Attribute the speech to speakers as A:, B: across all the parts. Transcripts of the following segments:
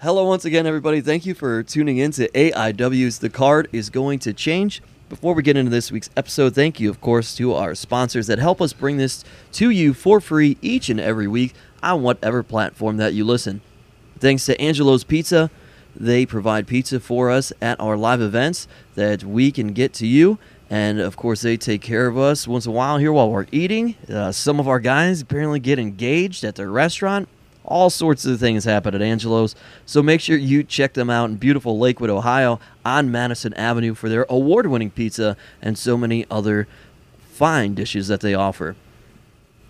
A: Hello, once again, everybody. Thank you for tuning in to AIW's The Card is Going to Change. Before we get into this week's episode, thank you, of course, to our sponsors that help us bring this to you for free each and every week on whatever platform that you listen. Thanks to Angelo's Pizza. They provide pizza for us at our live events that we can get to you. And of course, they take care of us once in a while here while we're eating. Uh, some of our guys apparently get engaged at their restaurant. All sorts of things happen at Angelo's. So make sure you check them out in beautiful Lakewood, Ohio on Madison Avenue for their award winning pizza and so many other fine dishes that they offer.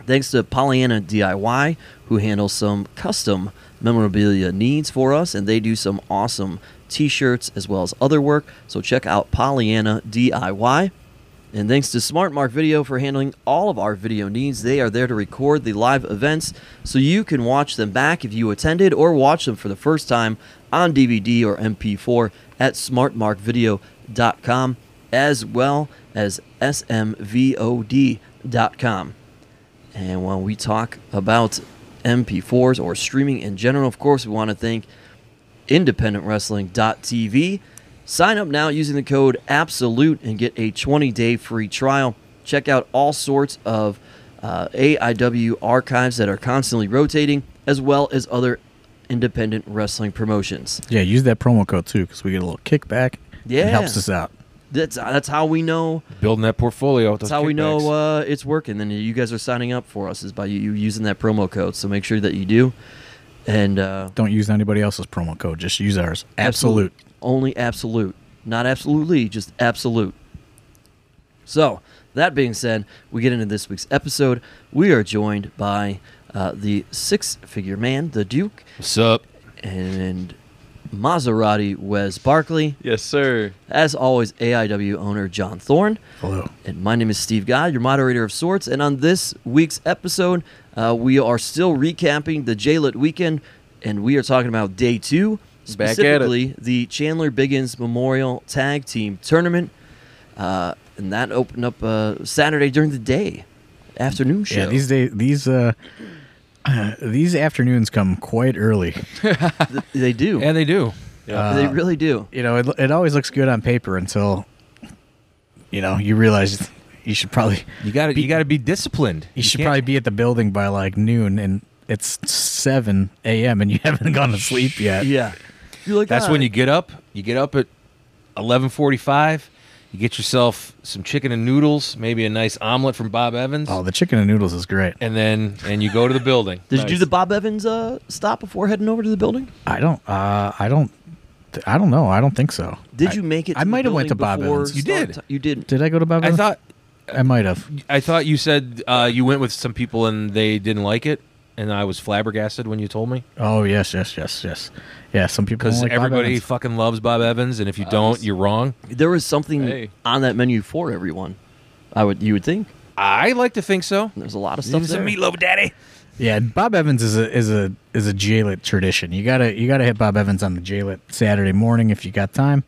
A: Thanks to Pollyanna DIY, who handles some custom memorabilia needs for us, and they do some awesome t shirts as well as other work. So check out Pollyanna DIY. And thanks to SmartMark Video for handling all of our video needs. They are there to record the live events so you can watch them back if you attended or watch them for the first time on DVD or MP4 at smartmarkvideo.com as well as smvod.com. And when we talk about MP4s or streaming in general, of course, we want to thank independentwrestling.tv. Sign up now using the code ABSOLUTE and get a 20 day free trial. Check out all sorts of uh, AIW archives that are constantly rotating, as well as other independent wrestling promotions.
B: Yeah, use that promo code too because we get a little kickback.
A: Yeah.
B: it helps us out.
A: That's, that's how we know.
C: building that portfolio. with
A: That's
C: those
A: how we
C: kickbacks.
A: know uh, it's working. And you guys are signing up for us is by you, you using that promo code. So make sure that you do. And uh,
B: Don't use anybody else's promo code. Just use ours. Absolute.
A: Only absolute. Not absolutely, just absolute. So, that being said, we get into this week's episode. We are joined by uh, the six figure man, the Duke,
C: What's up?
A: and Maserati Wes Barkley.
C: Yes, sir.
A: As always, AIW owner John Thorne.
B: Hello.
A: And my name is Steve God, your moderator of sorts. And on this week's episode, uh, we are still recapping the J-Lit weekend, and we are talking about day two,
C: Back at it.
A: specifically the Chandler Biggins Memorial Tag Team Tournament. Uh, and that opened up uh, Saturday during the day, afternoon show.
B: Yeah, these days, these uh, these afternoons come quite early.
A: Th- they do.
C: Yeah, they do.
B: uh,
A: they really do.
B: You know, it, it always looks good on paper until, you know, you realize you should probably
C: You got to you got to be disciplined.
B: you should
C: can't-
B: probably be at the building by like noon and it's seven a.m. and you haven't gone to sleep yet.
A: Yeah. You're like,
C: That's
A: "Ah,
C: when you get up. You get up at 11:45. You get yourself some chicken and noodles, maybe a nice omelet from Bob Evans,
B: Oh, the chicken and noodles is great.
C: and then and you go to the building.
A: Did you do the Bob Evans uh, stop before heading over to the building?
B: I don't. Uh, I don't. I don't know. I don't think so.
A: Did
B: I-
A: you make it? To
B: I
A: the
B: might have went to
A: building
B: Bob
A: before
B: Evans.
C: You
A: start
C: did.
A: ti- you did.
B: Did I go to Bob?
C: I
B: Evans?
C: thought
B: I might have.
C: I thought you said uh, you went with some people and they didn't like it, and I was flabbergasted when you told me
B: Oh yes, yes, yes, yes. Yeah, some people
C: because
B: don't like Bob
C: everybody
B: Evans.
C: fucking loves Bob Evans, and if
A: Uh,
C: you don't, you're wrong.
A: There was something
C: Hey.
A: on that menu for everyone. I would you would think
C: I like to think so.
A: there's a lot of
C: Give
A: stuff
C: me
A: there.
C: some meatloaf, daddy.
B: yeah, Bob Evans is a is a is a jailet tradition. You gotta you gotta hit Bob Evans on the jailet Saturday morning if you got time.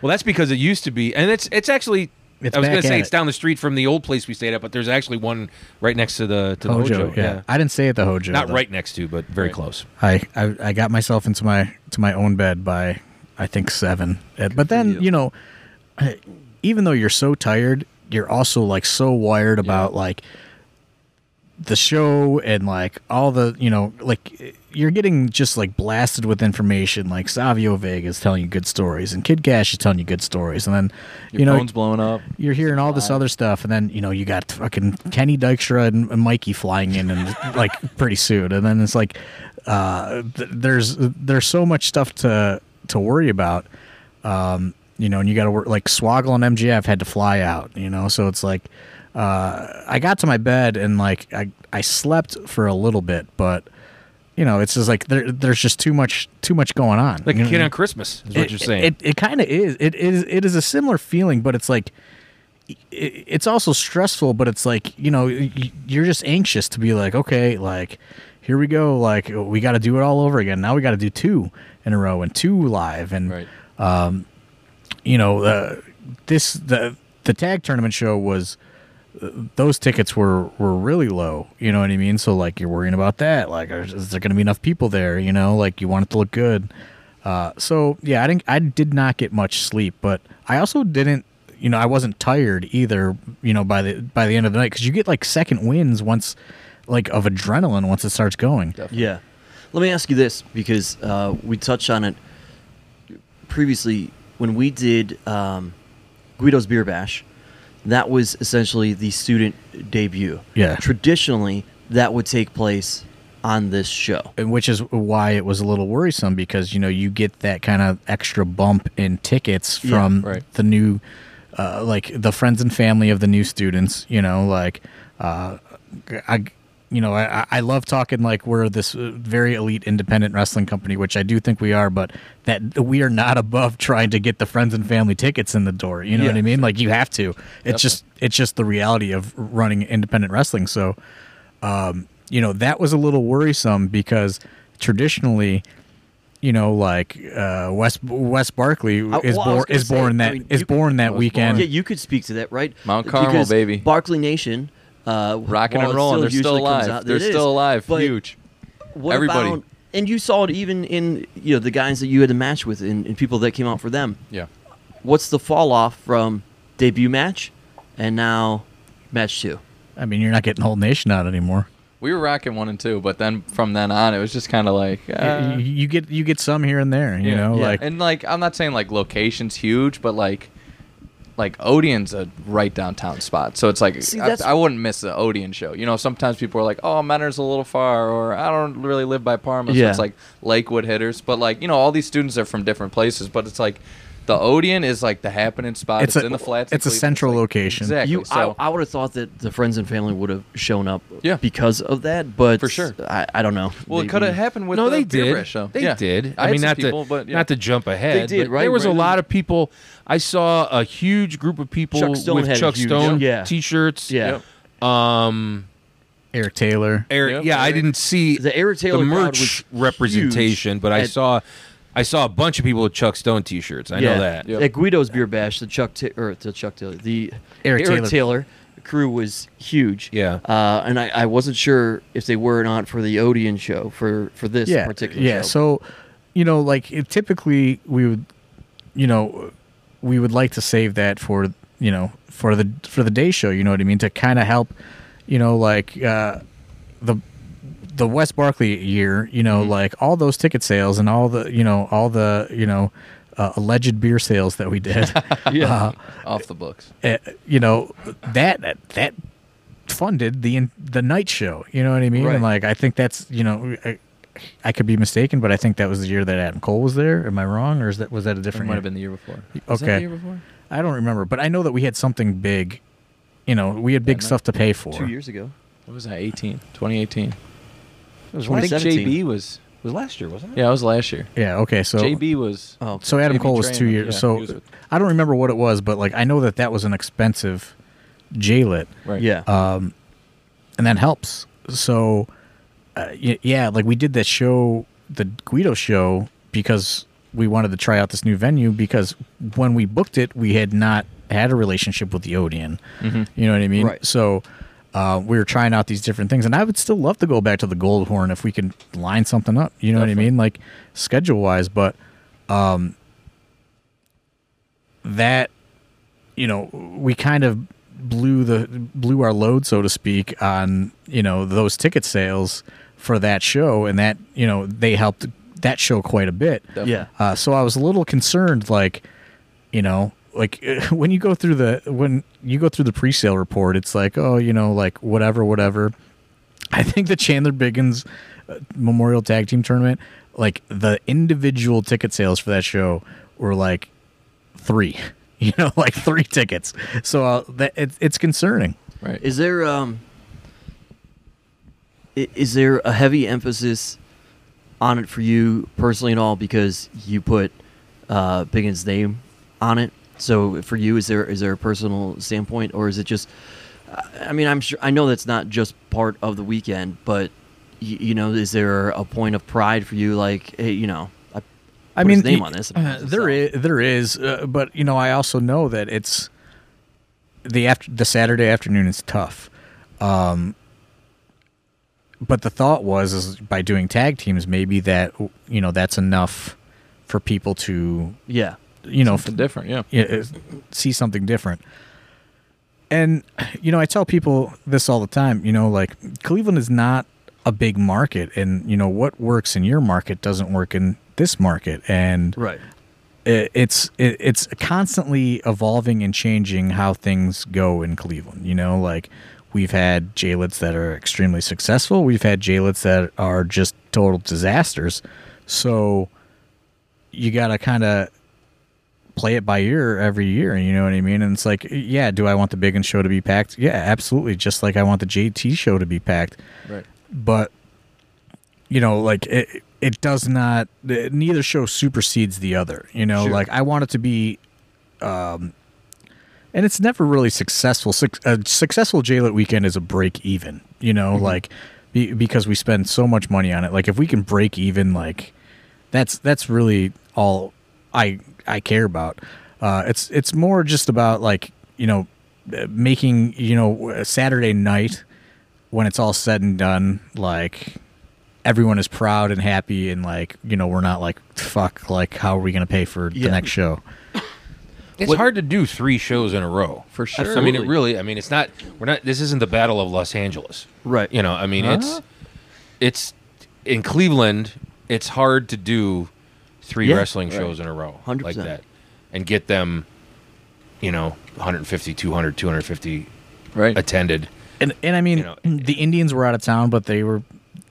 C: Well, that's because it used to be, and it's it's actually.
B: It's
C: I was
B: back
C: going to say
B: at
C: it's
B: it.
C: down the street from the old place we stayed at, but there's actually one right next to the to the Hojo.
B: yeah. I didn't say it the Hojo.
C: not
B: though.
C: right next to, but very close.
B: I, I I got myself into my to my own bed by I think seven. Uh, But then
A: you.
B: you know, I- even though you're so tired, you're also like so wired about like the show and like all the you know like you're getting just like blasted with information like Savio Vega is telling you good stories and Kid Cash is telling you good stories and then you know
D: blowing up.
B: you're hearing all this other stuff, and then you know you got fucking Kenny Dykstra and, and Mikey flying in, and like pretty soon, and then it's like uh, th- there's there's so much stuff to to worry about, um, you know, and you got to work like Swoggle and MGF had to fly out, you know, so it's like uh, I got to my bed and like I I slept for a little bit, but you know it's just like there, there's just too much too much going on,
C: Like
B: You
C: a
B: know?
C: kid on Christmas is what
B: it,
C: you're saying.
B: It, it kind of is. It is. It is a similar feeling, but it's like it, it's also stressful. But it's like you know y- you're just anxious to be like okay, like here we go. Like we got to do it all over again. Now we got to do two in a row and two live and
C: right.
B: you know uh, this the the tag tournament show was those tickets were were really low you know what i mean so like you're worrying about that like are, is there going to be enough people there you know like you want it to look good Uh, so yeah, I didn't. I did not get much sleep, but I also didn't. You know, I wasn't tired either. You know, by the by the end of the night, because you get like second winds once, like of adrenaline once it starts going.
A: Yeah. Let me ask you this because uh, we touched on it previously when we did um, Guido's Beer Bash. That was essentially the student debut.
B: Yeah.
A: Traditionally, that would take place on this show.
B: and which is why it was a little worrisome because you know you get that kind of extra bump in tickets
A: Yeah,
B: from
C: right.
B: the new uh, like the friends and family of the new students you know like uh, i you know I, I love talking like we're this uh, very elite independent wrestling company which i do think we are but that we are not above trying to get the friends and family tickets in the door you know
A: Yeah,
B: what i mean like you have to it's just it's just the reality of running independent wrestling so you know that was a little worrisome because traditionally you know like uh west west barkley
A: I-
B: is
A: well, I was
B: born
A: gonna
B: is
A: say,
B: born
A: I
B: that
A: mean,
B: is
A: you-
B: born that
C: was
B: weekend
A: yeah, you could speak to that, right?
D: Mount Carmel,
A: Because
D: baby.
A: Barkley Nation. Uh,
D: Rocking
A: while it
D: and rolling. They're still
A: usually comes
D: alive.
A: out-
D: They're
A: it is,
D: still alive.
A: but
D: Huge.
A: What
D: Everybody.
A: About, and you saw it even in you know the guys that you had to match with and, and people that came out for them.
D: Yeah.
A: What's the fall off from debut match and now match two?
B: i mean you're not getting the whole nation out anymore
D: We were rocking one and two, but then from then on, it was just kind of like.
B: You-
D: uh,
B: you, you get you get some here and there you
D: Yeah.
B: know
A: Yeah.
B: like
D: and like I'm not saying like location's huge, but like like Odeon's a right downtown spot, so it's like
A: See,
D: I,
A: that's-
D: I wouldn't miss the Odeon show. You know, sometimes people are like, "Oh, Mentor's a little far," or "I don't really live by Parma," so
A: Yeah.
D: it's like Lakewood hitters. But like you know, all these students are from different places, but it's like the Odeon is like the happening spot.
B: It's
D: It's,
B: a-
D: in the flats. in
B: it's a
D: Cleveland.
B: central
D: like-
B: location.
D: Exactly.
A: You,
D: so
A: I, I would have thought that the friends and family would have shown up
D: Yeah.
A: because of that, but
D: For sure.
A: I, I don't know.
D: well, it
A: Maybe-
D: could have happened with
C: no,
D: the
C: they
D: Beer
C: did.
D: Brush show.
C: They
D: Yeah.
C: did. I
D: had
C: mean,
D: some
C: not
D: people,
C: to
D: but, yeah.
C: not to jump ahead.
A: They did,
C: but
A: right,
C: There was
A: Brandon?
C: a lot of people. I saw a huge group of people
A: Chuck Stone had
C: with
A: a
C: Chuck
A: huge-
C: Stone
A: yeah.
C: t-shirts.
A: Yeah.
D: Yep.
C: Um,
B: eric taylor
C: Eric.
D: Yep,
C: yeah, I
D: Eric.
C: didn't see
A: The Eric Taylor
C: the
A: crowd
C: merch
A: was
C: representation,
A: huge
C: but I
A: at-
C: saw, I saw a bunch of people with Chuck Stone T-shirts. I know that.
D: Yep.
A: At Guido's Beer Bash, the Chuck Ta- or the Chuck Taylor, the
B: Eric Taylor.
A: crew was huge.
C: Yeah.
A: uh, and I, I wasn't sure if they were or not for the Odeon show for for this
B: yeah
A: particular
B: yeah
A: show.
B: so you know like it, typically we would you know we would like to save that for you know for the for the day show you know what i mean to kind of help you know like uh the the west barkley year
A: Mm-hmm.
B: you know like all those ticket sales and all the you know all the you know uh, alleged beer sales that we did
A: yeah,
D: off the books.
B: uh, you know that that funded the the night show. You know what I mean?
A: Right.
B: And like I think that's you know I, I could be mistaken, but I think that was the year that Adam Cole was there. Am I wrong, or is that was that a
D: It
B: different?
D: might
B: year?
D: have been the year before.
B: Was that the Okay. year
D: before?
B: I don't remember, but I know that we had something big. You know, we had big
D: That
B: stuff to pay for.
A: two years ago.
D: What was that? 18, 2018.
C: It was
A: when I
C: I
A: think
C: think
A: 2017.
C: JB
A: JB
C: was was last year, wasn't it?
D: Yeah, it was last year.
B: Yeah. Okay. So
D: JB was.
A: Oh,
B: so Adam
D: JB
B: Cole was
D: Train,
B: two years.
D: yeah, he was
B: so
D: with-
B: I don't remember what it was, but like I know that that was an expensive jailet.
D: Right.
A: yeah,
B: and that helps. So, uh, y- yeah, like we did that show, the Guido show, because we wanted to try out this new venue. Because when we booked it, we had not had a relationship with the Odeon. You know what I mean?
A: Right.
B: So, uh, we were trying out these different things, and I would still love to go back to the Gold Horn if we can line something up. You know what I
D: Definitely.
B: mean? Like schedule wise, but um, that you know we kind of blew the blew our load so to speak on you know those ticket sales for that show and that you know they helped that show quite a bit
D: Definitely.
A: yeah.
B: uh, so i was a little concerned like you know like when you go through the when you go through the pre-sale report it's like oh you know like whatever whatever i think the chandler biggins uh, memorial tag team tournament like the individual ticket sales for that show were like three you know like three tickets so uh, that it, it's concerning
D: Right.
A: Is there um i- is there a heavy emphasis on it for you personally and all because you put uh Biggins name on it? So for you is there is there a personal standpoint or is it just I- I mean I'm sure I know that's not just part of the weekend, but y- you know is there a point of pride for you like hey, you know, I,
B: I
A: put
B: mean,
A: his name
B: y-
A: on this.
B: Uh, there is, there is, uh, but you know, I also know that it's the after the Saturday afternoon is tough. Um, but the thought was, is by doing tag teams, maybe that you know that's enough for people to
A: Yeah.
B: you know
D: Something different, yeah.
B: yeah, is- see something different. And you know, I tell people this all the time. You know, like Cleveland is not a big market, and you know what works in your market doesn't work in this market, and
A: Right.
B: it, it's it, it's constantly evolving and changing how things go in Cleveland. You know, like we've had Jaylets that are extremely successful, we've had Jaylets that are just total disasters. So you got to kind of play it by ear every year. You know what I mean? And it's like, yeah, do I want the Big and Show to be packed? Yeah, absolutely. Just like I want the JT Show to be packed
D: Right.
B: but you know like it it does not neither show supersedes the other you know
D: Sure.
B: like i want it to be um and it's never really successful Suc- a successful jailet weekend is a break even you know
D: Mm-hmm.
B: like be, because we spend so much money on it like if we can break even like that's that's really all I I care about. Uh, it's it's more just about like you know uh, making you know a Saturday night when it's all said and done like everyone is proud and happy and like you know we're not like fuck like how are we gonna pay for
A: Yeah.
B: the next show
C: It's
A: What-
C: hard to do three shows in a row.
D: For sure.
C: I mean, it
A: Absolutely.
C: really. I mean, it's not. We're not. This isn't the Battle of Los Angeles.
A: Right.
C: You know. I mean, it's it's in Cleveland. It's hard to do three
A: Yeah.
C: wrestling
D: Right.
C: shows in a row like
A: 100%.
C: that and get them, you know, 150, 200, 250
D: Right.
C: attended.
B: and and I mean
C: You know,
B: the Indians were out of town but they were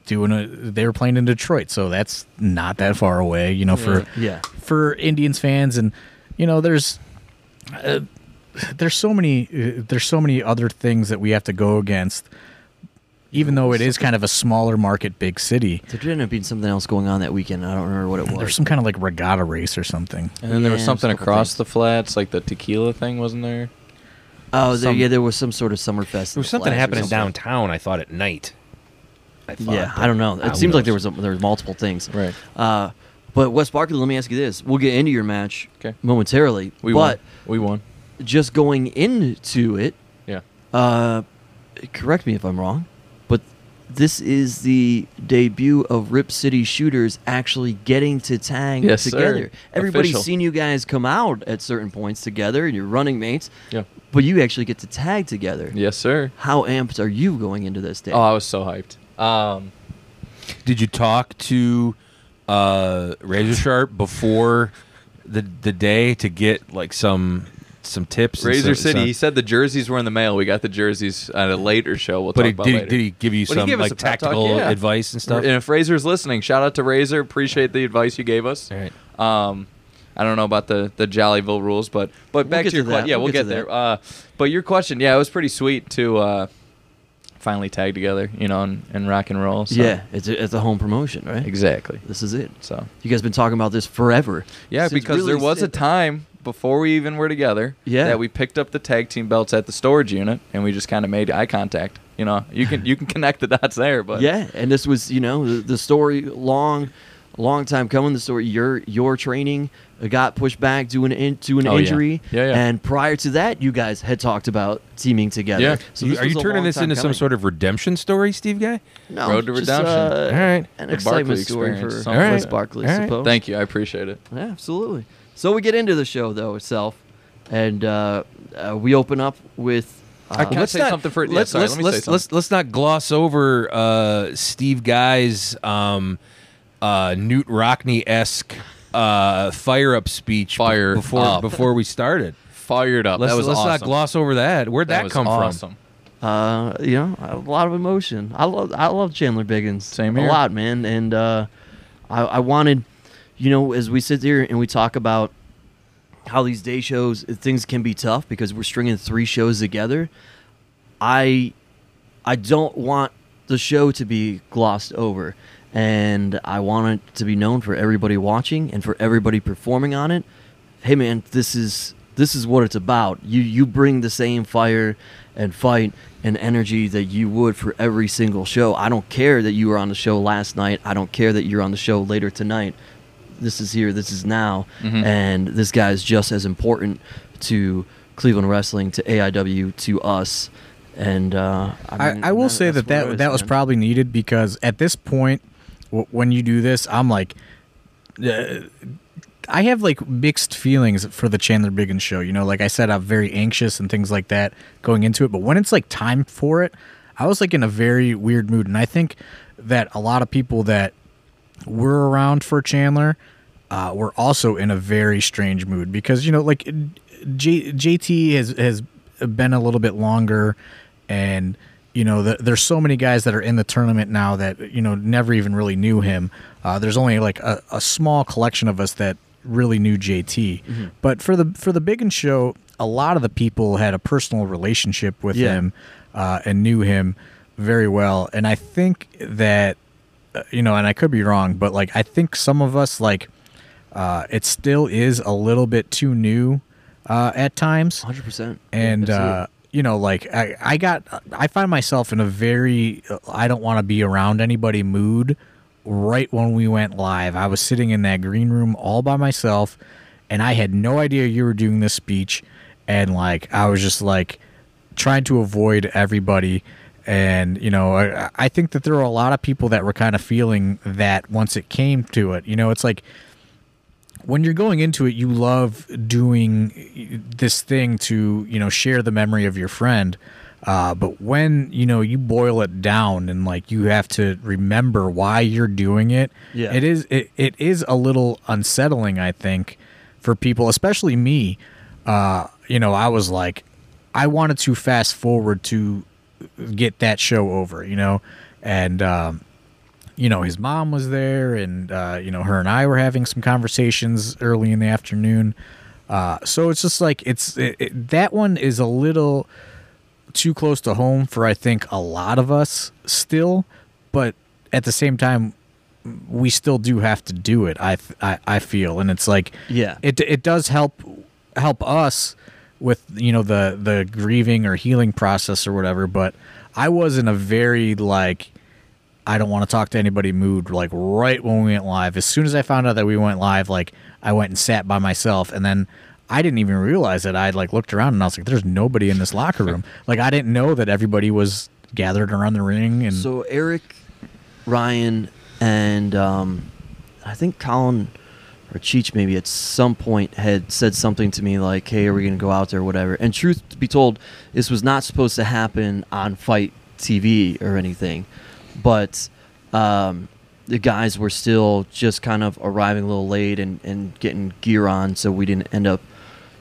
B: doing a they were playing in Detroit so that's not that far away you know for
A: Yeah.
B: for Indians fans, and you know, there's uh, there's so many uh, there's so many other things that we have to go against. Even though it is kind of a smaller market, big city,
A: There did end up being something else going on that weekend. I don't remember what it was.
B: there's some kind of like regatta race or something.
D: And then there was
A: Yeah,
D: something
A: there's a couple
D: across
A: things.
D: the flats, like the tequila thing, wasn't there?
A: oh, there,
D: some-
A: yeah, there was some sort of summer fest.
C: There was something happening
A: happening
C: downtown. I thought at night. I thought,
A: Yeah,
C: but
A: I don't know.
C: who
A: It seems like there
C: knows?
A: was there was multiple things.
D: Right.
A: Uh, but Wes Barkley, let me ask you this: We'll get into your match
D: Okay.
A: momentarily,
D: We
A: but
D: won. We won.
A: just going into it,
D: Yeah.
A: uh, correct me if I'm wrong, but this is the debut of Rip City Shooters actually getting to tag
D: Yes, sir.
A: together. Everybody's
D: Official.
A: seen you guys come out at certain points together, and you're running mates,
D: Yeah.
A: but you actually get to tag together.
D: Yes, sir.
A: How amped are you going into this day?
D: Oh, I was so hyped. Um,
C: Did you talk to uh, Razor Sharp before the the day to get like some some tips? and
D: Razor
C: some-
D: City. He
C: some-
D: said the jerseys were in the mail. We got the jerseys at a later show. We'll
C: but
D: talk
C: he,
D: about
C: did, he,
D: later.
C: did he give you
D: Well, he
C: some
D: gave us
C: like
D: a pep talk,
C: tactical
D: yeah.
C: advice and stuff?
D: And if Razor's listening, shout out to Razor. Appreciate the advice you gave us.
C: All right.
D: Um, I don't know about the the Jollyville rules, but but
A: We'll
D: back
A: get
D: to your
A: to that.
D: question. Yeah,
A: We'll
D: we'll,
A: get
D: get,
A: to
D: there.
A: that.
D: Uh, but your question, yeah, it was pretty sweet to uh, finally tag together, you know, and, and rock and roll. So.
A: yeah, it's a, it's a home promotion, right?
D: exactly.
A: This is it.
D: So
A: You guys been talking about this forever.
D: yeah,
A: Since
D: because
A: really
D: there was a
A: since-
D: time before we even were together
A: Yeah.
D: that we picked up the tag team belts at the storage unit and we just kind of made eye contact. You know, you can you can connect the dots there, but
A: Yeah, and this was you know the, the story long, long time coming. The story your your training got pushed back due an in, to an
D: Oh, yeah.
A: injury.
D: Yeah, yeah.
A: And prior to that, you guys had talked about teaming together.
D: Yeah.
A: So
C: You-
A: this
C: are
A: was
C: you
A: a
C: turning
A: long
C: this
A: time
C: into some
A: coming.
C: sort of redemption story, Steve Guy?
A: no,
D: Road to
A: just,
D: redemption.
A: uh,
C: All right.
A: an
D: The
A: excitement
D: Barkley
A: story
D: experience,
A: for
D: something.
A: Wes
C: All right.
A: Barkley.
C: All
A: I
C: right.
A: suppose.
D: Thank you, I appreciate it.
A: Yeah, absolutely. So we get into the show though itself, and uh, uh, we open up with.
D: I
A: Uh,
D: Can say something for- yeah,
C: let's
D: sorry,
C: let's
D: let me say
C: let's, let's
D: something.
C: let's not gloss over uh, Steve Guy's um, uh, Newt Rockney esque uh, fire up speech b-
D: Fire
C: before
D: up.
C: before we started.
D: Fired up.
C: Let's,
D: that was
C: let's
D: awesome.
C: not gloss over that. Where'd that,
D: was
C: come
D: awesome.
A: uh, you know, a lot of emotion. I love I love Chandler Biggins.
D: Same
A: A
D: here.
A: lot, man. And uh, I, I wanted, you know, as we sit here and we talk about how these day shows things can be tough because we're stringing three shows together. I I don't want the show to be glossed over. And I want it to be known for everybody watching and for everybody performing on it. Hey man, this is this is what it's about. You you bring the same fire and fight and energy that you would for every single show. I don't care that you were on the show last night. I don't care that you're on the show later tonight. This is here, this is now.
D: Mhm.
A: And this guy is just as important to Cleveland wrestling, to AIW, to us. And uh,
B: I,
A: mean,
B: I will
A: that-
B: say
A: that's
B: that
A: what it
B: that, that was
A: man.
B: probably needed because at this point, w- when you do this, I'm like, uh, I have like mixed feelings for the Chandler Biggins show. You know, like I said, I'm very anxious and things like that going into it. But when it's like time for it, I was like in a very weird mood, and I think that a lot of people that were around for Chandler uh, were also in a very strange mood because you know, like J- JT has has been a little bit longer, and you know, the, there's so many guys that are in the tournament now that you know never even really knew him. Uh, there's only like a, a small collection of us that really knew JT, but for the for the Biggin show, a lot of the people had a personal relationship with
A: Yeah.
B: him uh, and knew him very well. And I think that uh, you know, and I could be wrong, but like I think some of us like uh, it still is a little bit too new uh, at times,
A: 100%.
B: and
A: Absolutely.
B: uh, you know, like I, I got I find myself in a very uh, I don't want to be around anybody mood. Right when we went live, I was sitting in that green room all by myself, and I had no idea you were doing this speech, and like I was just like trying to avoid everybody. And you know, I, I think that there were a lot of people that were kind of feeling that once it came to it. You know, it's like when you're going into it, you love doing this thing to you know share the memory of your friend. Uh, but when you know you boil it down and like you have to remember why you're doing it,
A: Yeah.
B: it is it, it is a little unsettling, I think, for people, especially me. Uh, you know, I was like, I wanted to fast forward to get that show over, you know, and um, you know his mom was there and uh, you know her and i were having some conversations early in the afternoon uh, so it's just like it's it, it, that one is a little too close to home for i think a lot of us still but at the same time we still do have to do it i th- i, I feel and it's like
A: Yeah.
B: it it does help help us with you know the the grieving or healing process or whatever but i was in a very like I don't want to talk to anybody mood like right when we went live. As soon as I found out that we went live, like I went and sat by myself and then I didn't even realize that I'd like looked around and I was like, there's nobody in this locker room. like I didn't know that everybody was gathered around the ring and
A: So Eric, Ryan, and um, I think Colin or Cheech maybe at some point had said something to me like, "Hey, are we gonna go out there, or whatever?" And truth to be told, this was not supposed to happen on Fight TV or anything, but um, the guys were still just kind of arriving a little late and, and getting gear on, so we didn't end up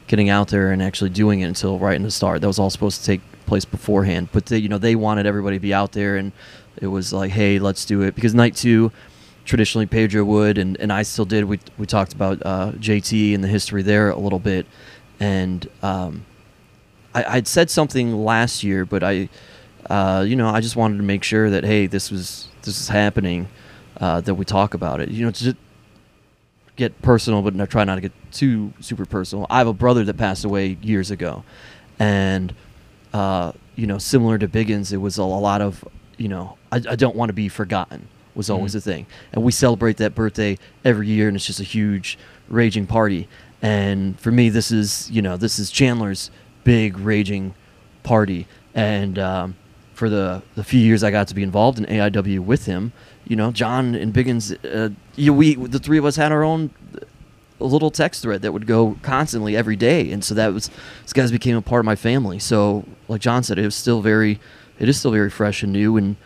A: getting out there and actually doing it until right in the start. That was all supposed to take place beforehand, but they, you know they wanted everybody to be out there, and it was like, hey, let's do it because night two, traditionally Pedro would, and, and I still did. We we talked about uh, JT and the history there a little bit, and um, I, I'd said something last year, but I, uh, you know, I just wanted to make sure that hey, this was this is happening, uh, that we talk about it. You know, just get personal, but not, try not to get too super personal. I have a brother that passed away years ago, and uh, you know, similar to Biggins, it was a, lot of you know, I, I don't want to be forgotten was always a thing, and we celebrate that birthday every year, and it's just a huge raging party. And for me, this is you know, this is Chandler's big raging party, and um, for the the few years I got to be involved in AIW with him, you know, John and Biggins, uh, you, we the three of us had our own uh, little text thread that would go constantly every day, and so that was these guys became a part of my family. So, like John said, it was still very, it is still very fresh and new, and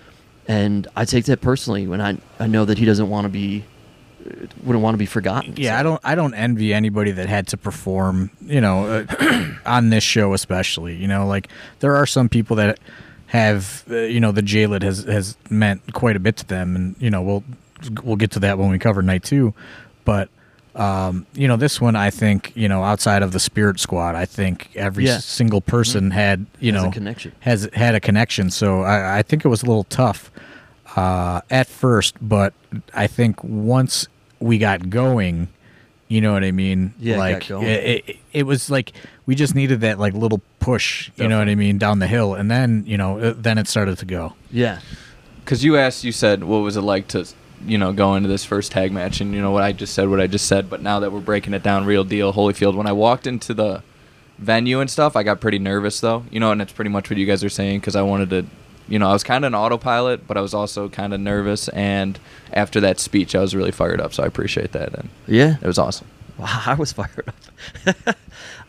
A: and I take that personally when I I know that he doesn't want to be, uh, wouldn't want to be forgotten.
B: yeah, I don't I don't envy anybody that had to perform, you know, uh, on this show especially. You know, like there are some people that have, uh, you know, the JLid has has meant quite a bit to them, and you know, we'll we'll get to that when we cover night two, but. Um, you know, this one, I think, you know, outside of the Spirit Squad, I think every
A: Yeah.
B: single person had, you
A: Has a
B: know,
A: connection.
B: has had a connection. So I, I think it was a little tough uh, at first, but I think once we got going, you know what I mean?
A: Yeah, it got
B: like
A: going.
B: It, it, it was like we just needed that like little push, you know what I mean, down the hill, and then you know, uh, then it started to go.
A: yeah,
D: Because you asked, you said, what was it like to, you know, go into this first tag match? And you know what I just said, what I just said. But now that we're breaking it down, real deal, Holyfield. When I walked into the venue and stuff, I got pretty nervous though, you know, and it's pretty much what you guys are saying because I wanted to, you know, I was kind of an autopilot, but I was also kind of nervous. And after that speech, I was really fired up. So I appreciate that, and
A: yeah.
D: it was awesome.
A: Wow, I was fired up.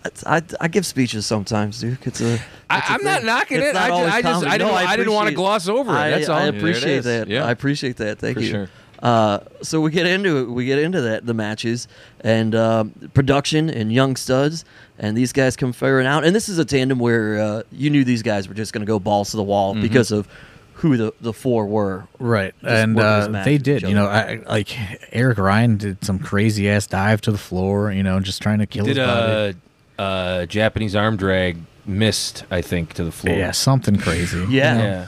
A: It's- I, I give speeches sometimes, dude. It's a. It's
C: I-
A: a
C: I'm not
A: thing.
C: knocking
A: It's
C: it.
A: not
C: I ju-
A: always
C: I just-
A: comedy.
C: I
A: No,
C: didn't- I didn't wanna
A: appreciate-
C: gloss over it.
A: I-
C: That's all.
A: I
C: There it
A: appreciate
C: is.
A: that.
C: Yeah.
A: I appreciate that. Thank
C: For
A: you.
C: sure.
A: Uh, so we get into it. We get into that the matches and um, production and young studs and these guys conferring out. And this is a tandem where uh, you knew these guys were just going to go balls to the wall
C: Mm-hmm.
A: because of who the the four were.
B: Right,
A: Just
B: and
A: work those
B: uh,
A: matches
B: they
A: with
B: did.
A: each
B: You know, I, like Eric Ryan did some crazy ass dive to the floor. You know, just trying to kill
C: Did
B: his body.
A: uh,
D: uh,
C: a, a Japanese arm drag missed, I think, to the floor.
B: yeah, something crazy.
A: Yeah.
C: Yeah.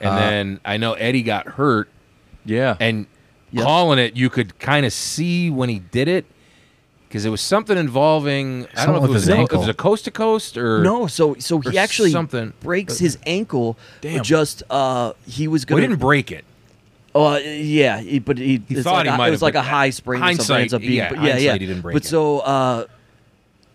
C: And then I know Eddie got hurt,
D: Yeah.
C: and
A: Yep.
C: calling it, you could kind of see when he did it because it was something involving I
B: Something
C: don't know if
B: with
C: it was,
B: his
C: if
B: ankle.
C: it was a coast to coast or
A: No, so so he
C: or
A: actually
C: something.
A: breaks his ankle. Just uh, he was
C: We
A: going.
C: didn't break it.
A: Oh uh, yeah, he, but he,
C: He
A: it's
C: thought
A: like
C: he
A: a-
C: might
A: It was
C: have,
A: like a
C: but
A: high spring. or something
C: hindsight,
A: ends up being,
C: yeah,
A: but yeah, yeah.
C: hindsight, he didn't break
A: but
C: it.
A: so uh,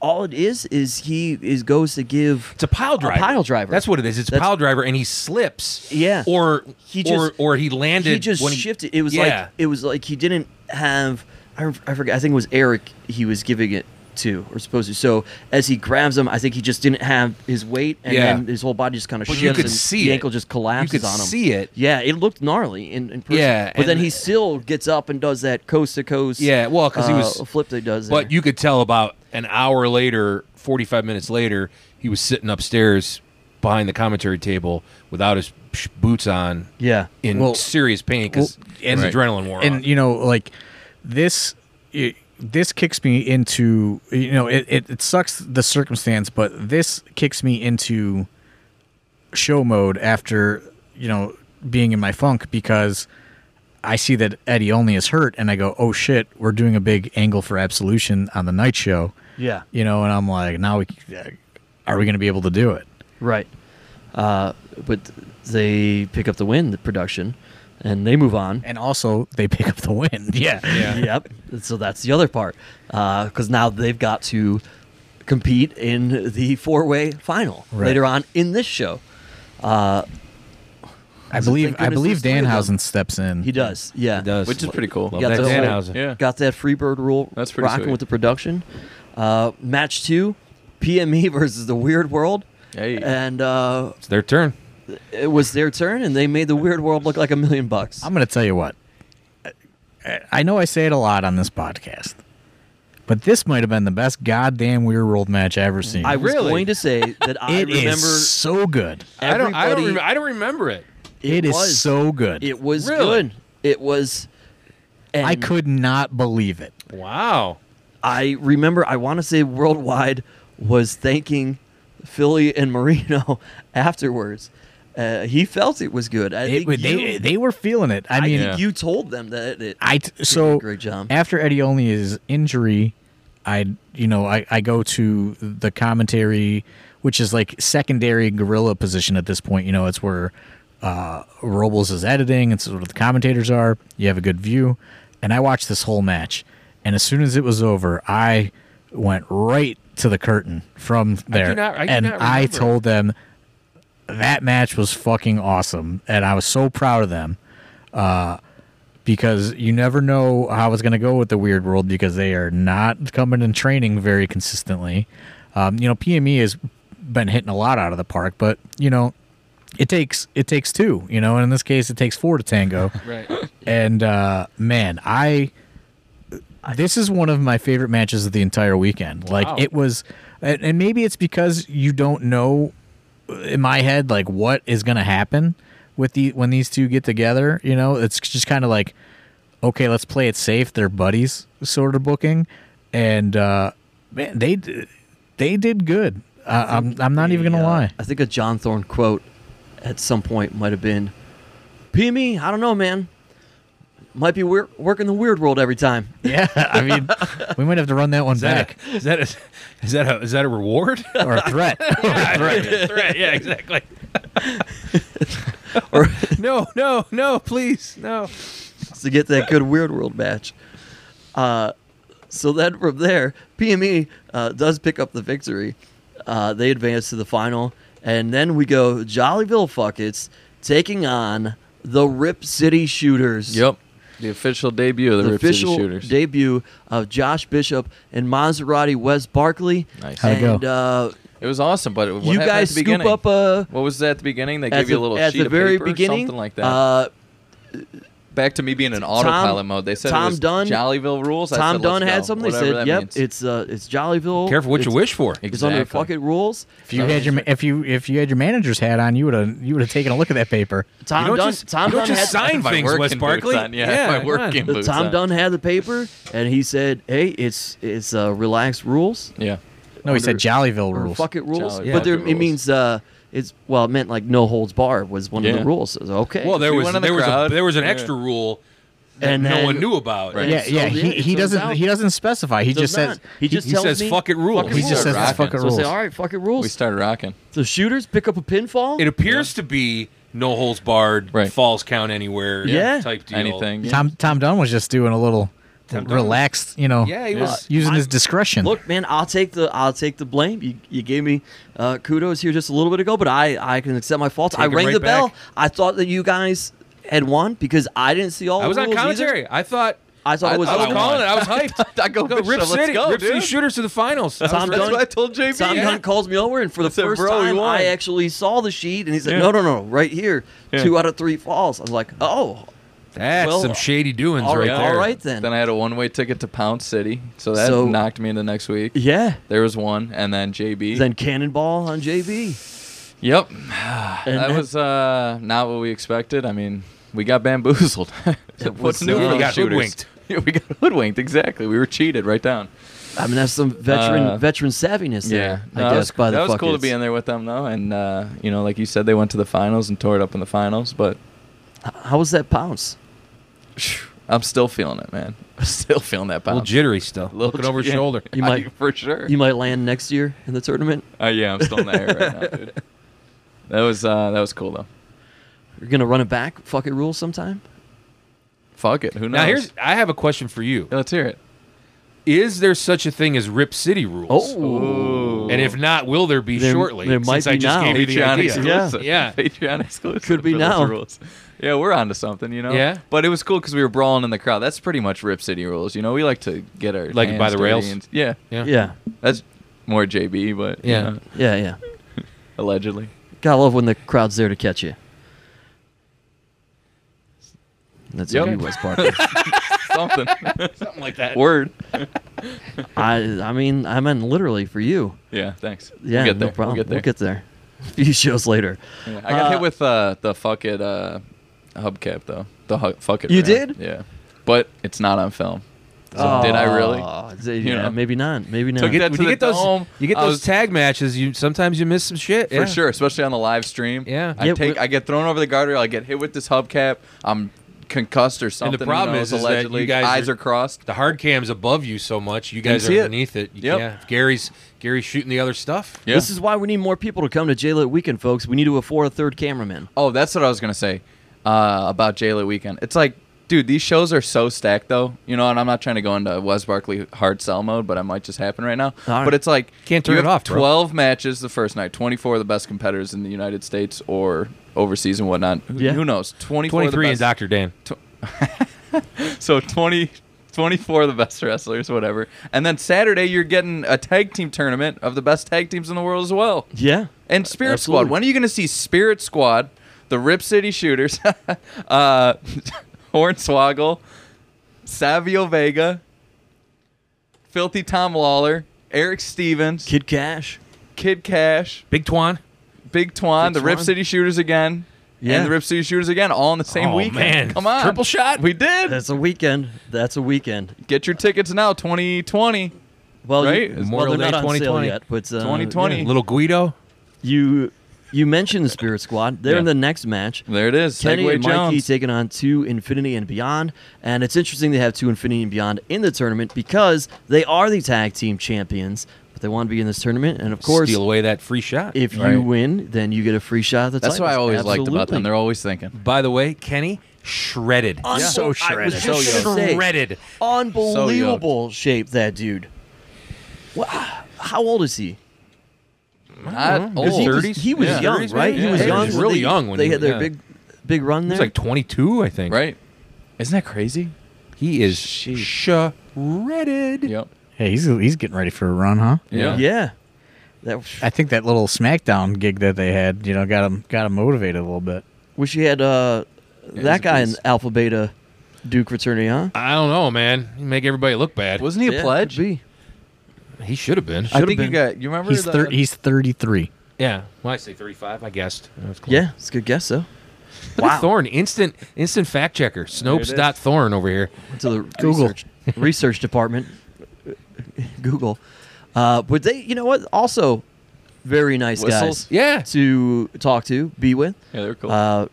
A: all it is is he is goes to give.
C: It's a pile driver.
A: pile driver.
C: That's what it is. It's a
A: That's-
C: pile driver, and he slips.
A: Yeah.
C: Or
A: He
C: he
A: just-
C: or, or he landed.
A: he just
C: when
A: shifted. It was
C: Yeah.
A: like it was like he didn't have. I, ref- I forget. I think it was Eric. He was giving it to or supposed to. So as he grabs him, I think he just didn't have his weight, and
C: Yeah.
A: then his whole body just kind of
C: But
A: shifts.
C: you could
A: and
C: see
A: the
C: it.
A: ankle just collapses
C: You could
A: on him.
C: see it.
A: Yeah, it looked gnarly in, in person.
C: Yeah,
A: but then
C: and-
A: he still gets up and does that coast to coast.
C: Yeah, well, 'cause he was-
A: uh, flip that he does. there.
C: But you could tell about an hour later, 45 minutes later, he was sitting upstairs behind the commentary table without his sh- boots on
A: yeah,
C: in
B: Well-
C: serious pain because
B: well,
C: his
B: and-
C: adrenaline wore
B: and
C: off.
B: you know like this it, this kicks me into you know it, it, it sucks the circumstance but this kicks me into show mode after you know being in my funk because i see that eddie only is hurt and i go oh shit we're doing a big angle for absolution on the night show
A: yeah,
B: you know and i'm like now we uh, are we going to be able to do it
A: right. Uh, but they pick up the win, the production, and they move on.
B: and also they pick up the win yeah
C: yeah.
A: yep. So that's the other part, because now they've got to compete in the four-way final
B: Right.
A: later on in this show. Uh,
B: i
A: So
B: believe
A: thank
B: i
A: goodness
B: believe
A: there's three of them.
B: danhausen steps in
A: he does. Yeah,
C: He does.
D: which is pretty cool.
C: Love
A: Yeah,
C: that
A: the whole-
C: Danhausen.
D: Yeah.
A: Got that Freebird rule.
D: That's pretty
A: rocking
D: sweet.
A: with the production. Uh, match two, PME versus the Weird World.
D: Hey.
A: And uh,
C: It's their turn.
A: it was their turn, and they made the Weird World look like a million bucks.
B: I'm going to tell you what. I- I know I say it a lot on this podcast, but this might have been the best goddamn Weird World match I ever seen.
A: I was
C: Really?
A: going to say that I
B: It is
A: remember
B: so good.
C: I don't. I don't.
A: everybody-
C: Rem- I don't remember it.
A: it
B: it is
A: was-
B: so good.
A: It was
C: Really?
A: good. It was. And
B: I could not believe it.
C: Wow.
A: I remember. I want to say worldwide was thanking Philly and Marino afterwards. Uh, he felt it was good. I
B: It
A: think
B: would- they
A: you-
B: they were feeling it. I
A: I
B: mean,
A: think you told them that it.
B: I t- so
A: great job.
B: after Eddie Olney's injury, I you know I, I go to the commentary, which is like secondary gorilla position at this point. You know, it's where uh, Robles is editing. It's where the commentators are. You have a good view, and I watched this whole match. And as soon as it was over, I went right to the curtain from there,
C: not- I do
B: and
C: not
B: I
C: remember.
B: told them that match was fucking awesome, and I was so proud of them uh, because you never know how it's going to go with the weird world because they are not coming and training very consistently. Um, you know, PME has been hitting a lot out of the park, but you know, it takes it takes two. You know, and in this case, it takes four to tango.
C: Right.
B: and uh, man, I this is one of my favorite matches of the entire weekend. Like
C: Wow.
B: it was, and and maybe it's because you don't know in my head like what is going to happen with the when these two get together. You know, it's just kind of like okay, let's play it safe. They're buddies, sort of booking, and uh, man, they d- they did good. Uh, I'm I'm not even gonna
A: Yeah.
C: uh,
B: lie.
A: I think a John Thorne quote at some point might have been, "PME, I don't know, man. Might be weir- working the weird world every time."
B: Yeah, I mean, we might have to run that one
C: Is that,
B: back
C: a, is that a is that a is that a reward?
B: or a threat.
C: right. right. Yeah. Exactly.
A: or
C: No. No. No. Please. No.
A: to get that good Weird World match. Uh, so then from there, PME uh, does pick up the victory. Uh, they advance to the final, and then we go Jollyville Fuckets taking on the Rip City Shooters.
D: Yep. The official debut of the,
A: the
D: Rip City
A: official
D: Shooters.
A: debut of Josh Bishop and Maserati Wes Barkley.
D: Nice.
B: How'd it go?
A: and uh,
D: it was awesome, but what
A: you
D: happened at
A: guys
D: the
A: scoop
D: beginning?
A: up uh, a
D: What was that at the beginning? They
A: at
D: gave you a
A: the-
D: little
A: at
D: sheet
A: the
D: of
A: very
D: paper, or
A: beginning,
D: something like that.
A: Uh,
D: Back to me being in autopilot mode. They said it
A: Tom
D: was
A: Dunn-
D: Jollyville rules. I
A: Tom
D: said,
A: Dunn
D: "Let's
A: had
D: go,"
A: something. They
D: whatever
A: said,
D: that
A: "Yep,
D: means.
A: it's uh, it's Jollyville.
C: Careful what
A: it's,
C: you wish for.
A: It's under
D: Exactly.
A: fucking rules."
B: If you had your ma- if you if you had your manager's hat on, you would have you would have taken a look at that paper.
A: Tom
C: you don't
A: Dunn.
C: just,
A: Tom
C: you don't
A: Dunn
C: just
A: had
C: sign
D: My
C: things,
D: working
C: West
D: boots
C: Barkley.
D: on, yeah, my
C: come
D: working
C: on.
D: boots
A: Tom
D: on.
A: Dunn had the paper, and he said, "Hey, it's it's uh, relaxed rules,
D: Yeah.
B: No, he said
A: Under-
B: Jollyville
A: or
B: rules.
A: fuck it rules."
D: Jolly
A: but there,
D: fucking
A: it
D: rules.
A: means uh, it's well, it meant like no holds bar was one of the
D: Yeah.
A: rules. So, okay,
C: Well, there
D: We
C: was
D: went in the
C: there was a,
D: crowd.
C: there was an
D: Yeah.
C: extra rule that
A: And
C: no
A: then-
C: one knew about.
D: Right.
B: Yeah,
A: So
B: yeah.
A: the-
B: He,
A: it
B: he
A: turns
B: doesn't
A: out-
B: he doesn't specify. He
A: does
B: just
A: not.
B: says
A: he just
C: He
A: tells
C: says
A: me,
C: fuck it rules.
A: fucking
B: he
A: rules.
B: just says it's
D: Rocking.
B: fucking
A: So I
B: rules.
A: say, all right, fuck it rules.
D: We started rocking.
A: so shooters pick up a pinfall.
C: It appears to be no holds barred,
D: Right.
C: falls count anywhere,
A: Yeah.
C: type deal.
D: Anything.
B: Tom Tom Dunn was just doing a little
C: Tom Dunn
B: relaxed, you know, uh,
C: Yeah, he
D: Yeah.
C: was.
B: using his discretion.
A: Look, man, I'll take the I'll take the blame. You, you gave me uh, kudos here just a little bit ago, but I, I can accept my faults. I
C: 'em
A: rang
C: right
A: the bell.
C: back.
A: I thought that you guys had won because I didn't see all.
C: I
A: the
C: was on
A: rules either.
C: commentary. I thought
A: I thought
C: I,
A: it was
C: I was
A: all one.
C: calling it. I was hyped.
D: I go,
C: Go, Rip
D: Bishop, let's
C: City,
D: go,
C: Rip City
D: dude."
C: shooters to the finals. That
A: Tom
C: was
A: Dunn-
D: That's what I told JB.
A: Tom
D: yeah.
A: Hunt calls me over, and for the
D: said,
A: first
D: "Bro, we
A: time,
D: won."
A: I actually saw the sheet, and he's like,
C: Yeah.
A: "No, no, no, right here,
C: Yeah.
A: two out of three falls." I was like, "Oh,
C: That's
A: Well,
C: some shady doings
A: all
C: right
A: right,
C: there.
A: all right then."
D: Then I had a one-way ticket to Pound City, so that
A: So-
D: knocked me into next week.
A: yeah.
D: There was one, and then JB.
A: Then cannonball on JB.
D: yep,
A: And
D: that was uh, not what we expected. I mean, we got bamboozled.
A: was
D: What's new?
A: not-
D: for
A: We
D: the
C: got
D: shooters?
C: hoodwinked.
D: Yeah, we got hoodwinked. Exactly. We were cheated right down.
A: I mean, that's some veteran
D: Uh,
A: veteran savviness there.
D: No,
A: I
D: that
A: guess
D: was,
A: by the
D: that was cool to
A: fuckheads.
D: be in there with them though, and uh, you know, like you said, they went to the finals and tore it up in the finals. But
A: How was that pounce?
D: I'm still feeling it, man. Still feeling that
C: A
D: bounce.
C: little jittery still.
D: Little
C: Looking over his
D: jittery.
C: shoulder.
A: You
D: I-
A: might-
D: for sure.
A: You might land next year in the tournament.
D: Uh, yeah, I'm still in the air right now, dude. That was uh, that was cool though.
A: You're gonna run it back. Fuck it, rules sometime.
D: Fuck it. Who knows?
C: Now here's I have a question for you.
D: Yeah, let's hear it.
C: Is there such a thing as Rip City rules?
D: Oh.
C: And if not, will there be
A: There-
C: shortly?
A: there might
C: since
A: be
C: I just
A: now.
C: gave you the
D: Patreon
C: idea.
D: exclusive.
C: Yeah. Yeah.
D: Patreon exclusive.
A: Could be
D: for those
A: now.
D: Rules. Yeah, we're onto something, you know.
C: Yeah.
D: But it was cool because we were brawling in the crowd. That's pretty much Rip City rules, you know. We like to get our
C: Like
D: hands
C: by the
D: dirty
C: rails?
D: and- yeah,
C: Yeah.
A: Yeah,
D: that's more JB, but you
C: Yeah.
D: know,
A: yeah, yeah.
D: allegedly.
A: Gotta love when the crowd's there to catch you. That's
D: Yep.
A: yep. West Parker.
D: something.
C: Something like that.
D: Word.
A: I, I mean, I meant literally for you.
D: Yeah, thanks. We'll
A: Yeah,
D: get
A: no
D: there.
A: problem.
D: We'll get there.
A: A few shows later.
D: Yeah. I got
A: Uh,
D: hit with uh, the fuck it uh, hubcap though. The hu- fuck it.
A: You
D: ram.
A: did?
D: Yeah, but it's not on film. So did I really?
A: Oh, d-
D: You
A: yeah,
D: know.
A: maybe not. Maybe not.
D: Took it- That
C: when
D: to
C: you
D: the
C: get those,
D: dome,
C: you get
D: I
C: those
D: was-
C: tag matches. You sometimes you miss some shit
D: For
C: Yeah.
D: sure, especially on the live stream.
C: Yeah.
D: I
A: Yeah,
D: take,
A: we-
D: I get thrown over the guardrail. I get hit with this hubcap. I'm concussed or something.
C: And the
D: who
C: problem
D: knows,
C: is, is that
D: allegedly
C: you guys
D: eyes
C: are-
D: are, crossed.
C: The hard cam's above you so much. You guys are
D: see it.
C: underneath it. You
D: Yep.
C: can't- Gary's Gary's shooting the other stuff.
D: Yeah.
A: This is why we need more people to come to J-Lit Weekend, folks. We need to afford a third cameraman.
D: Oh, that's what I was gonna say uh, about Jayla Weekend. It's like, dude, these shows are so stacked, though. You know, and I'm not trying to go into Wes Barkley hard sell mode, but I might just happen right now.
A: All right.
D: But it's like
C: Can't turn
D: you
C: it
D: have
C: off, bro.
D: Twelve matches the first night. Twenty-four of the best competitors in the United States or overseas and whatnot. Who,
A: Yeah.
D: who knows? Twenty-four.
C: Twenty
D: of the
C: three and
D: best,
C: Doctor Dan.
D: So 20, 24 of the best wrestlers, whatever. And then Saturday, you're getting a tag team tournament of the best tag teams in the world as well.
A: Yeah.
D: And Spirit
A: Absolutely.
D: Squad. When are you going to see Spirit Squad, the Rip City Shooters, uh, Hornswoggle, Savio Vega, Filthy Tom Lawler, Eric Stevens,
A: Kid
D: Kid,
A: Cash.
D: Cash,
C: Big Twan.
D: Big
A: Big
D: Twan, the Rip
A: Twan.
D: City Shooters again,
A: Yeah.
D: and the Rip City Shooters again, all in the same
C: Oh,
D: weekend.
C: man.
D: Come on,
C: Triple shot.
D: We did.
A: That's a weekend. That's a weekend.
D: Get your tickets now, 2020.
A: Well, you-
D: Right?
A: well,
C: Memorial
A: they're
C: Day
A: not on sale
C: 2020.
A: yet, but uh,
D: 2020.
A: yeah.
C: Little Guido.
A: You you mentioned the Spirit Squad. They're in
D: Yeah.
A: the next match.
D: There it is.
A: Kenny
D: Segway
A: and Mikey
D: Jones.
A: taking on Two Infinity and Beyond, and it's interesting they have Two Infinity and Beyond in the tournament because they are the tag team champions, but they want to be in this tournament. And of course,
C: Steal away that free shot.
A: if
D: Right.
A: you win, then you get a free shot at the
D: That's
A: title.
D: what I always
A: Absolutely.
D: liked about them. They're always thinking.
C: By the way, Kenny shredded.
A: Unbe-
B: So
A: I was
B: shredded.
A: just
D: So
A: gonna
D: yoked.
A: say,
C: shredded.
A: unbelievable shape that dude. Wha- How old is he?
D: Not
C: His
D: "Ah, old.
A: he was,
C: 30s?
A: he was
D: Yeah.
A: young,
C: 30s,
A: right?
C: maybe?
A: He was
D: Yeah.
A: young.
D: He was
A: when
C: really
A: they-
C: young when
A: they
C: he
A: had
C: was-
A: their
C: yeah.
A: big, big run
C: He
A: there.
C: was like twenty two, I think.
D: Right. Isn't that crazy?
C: He is
D: Sheesh.
C: shredded.
D: Yep.
B: Hey, he's he's getting ready for a run, huh?
D: Yeah.
A: Yeah. That
B: I think that little SmackDown gig that they had, you know, got him got him motivated a little bit.
A: wish you had uh,
D: Yeah, he's
A: that
D: a
A: guy in
D: beast.
A: Alpha Beta Duke Fraternity, huh?
C: I don't know, man. You make everybody look bad.
D: Wasn't he a
A: Yeah,
D: pledge?
A: could be.
C: he should have been.
D: I
A: Should've
D: think you
A: been.
D: got. You remember
B: He's
D: the,
B: thir- he's thirty three.
C: yeah. When I say 35, I guessed. That was close.
A: Yeah, it's a good guess though.
C: Look at Thorne, instant instant fact checker.
D: is.
C: Snopes dot Thorne over here.
A: Went to the
B: Google.
A: research, research department. Google. Uh, but they, you know what? Also, very nice
D: Whistles?
A: guys
C: Yeah.
A: to talk to, be with.
D: Yeah, they're cool.
A: Uh,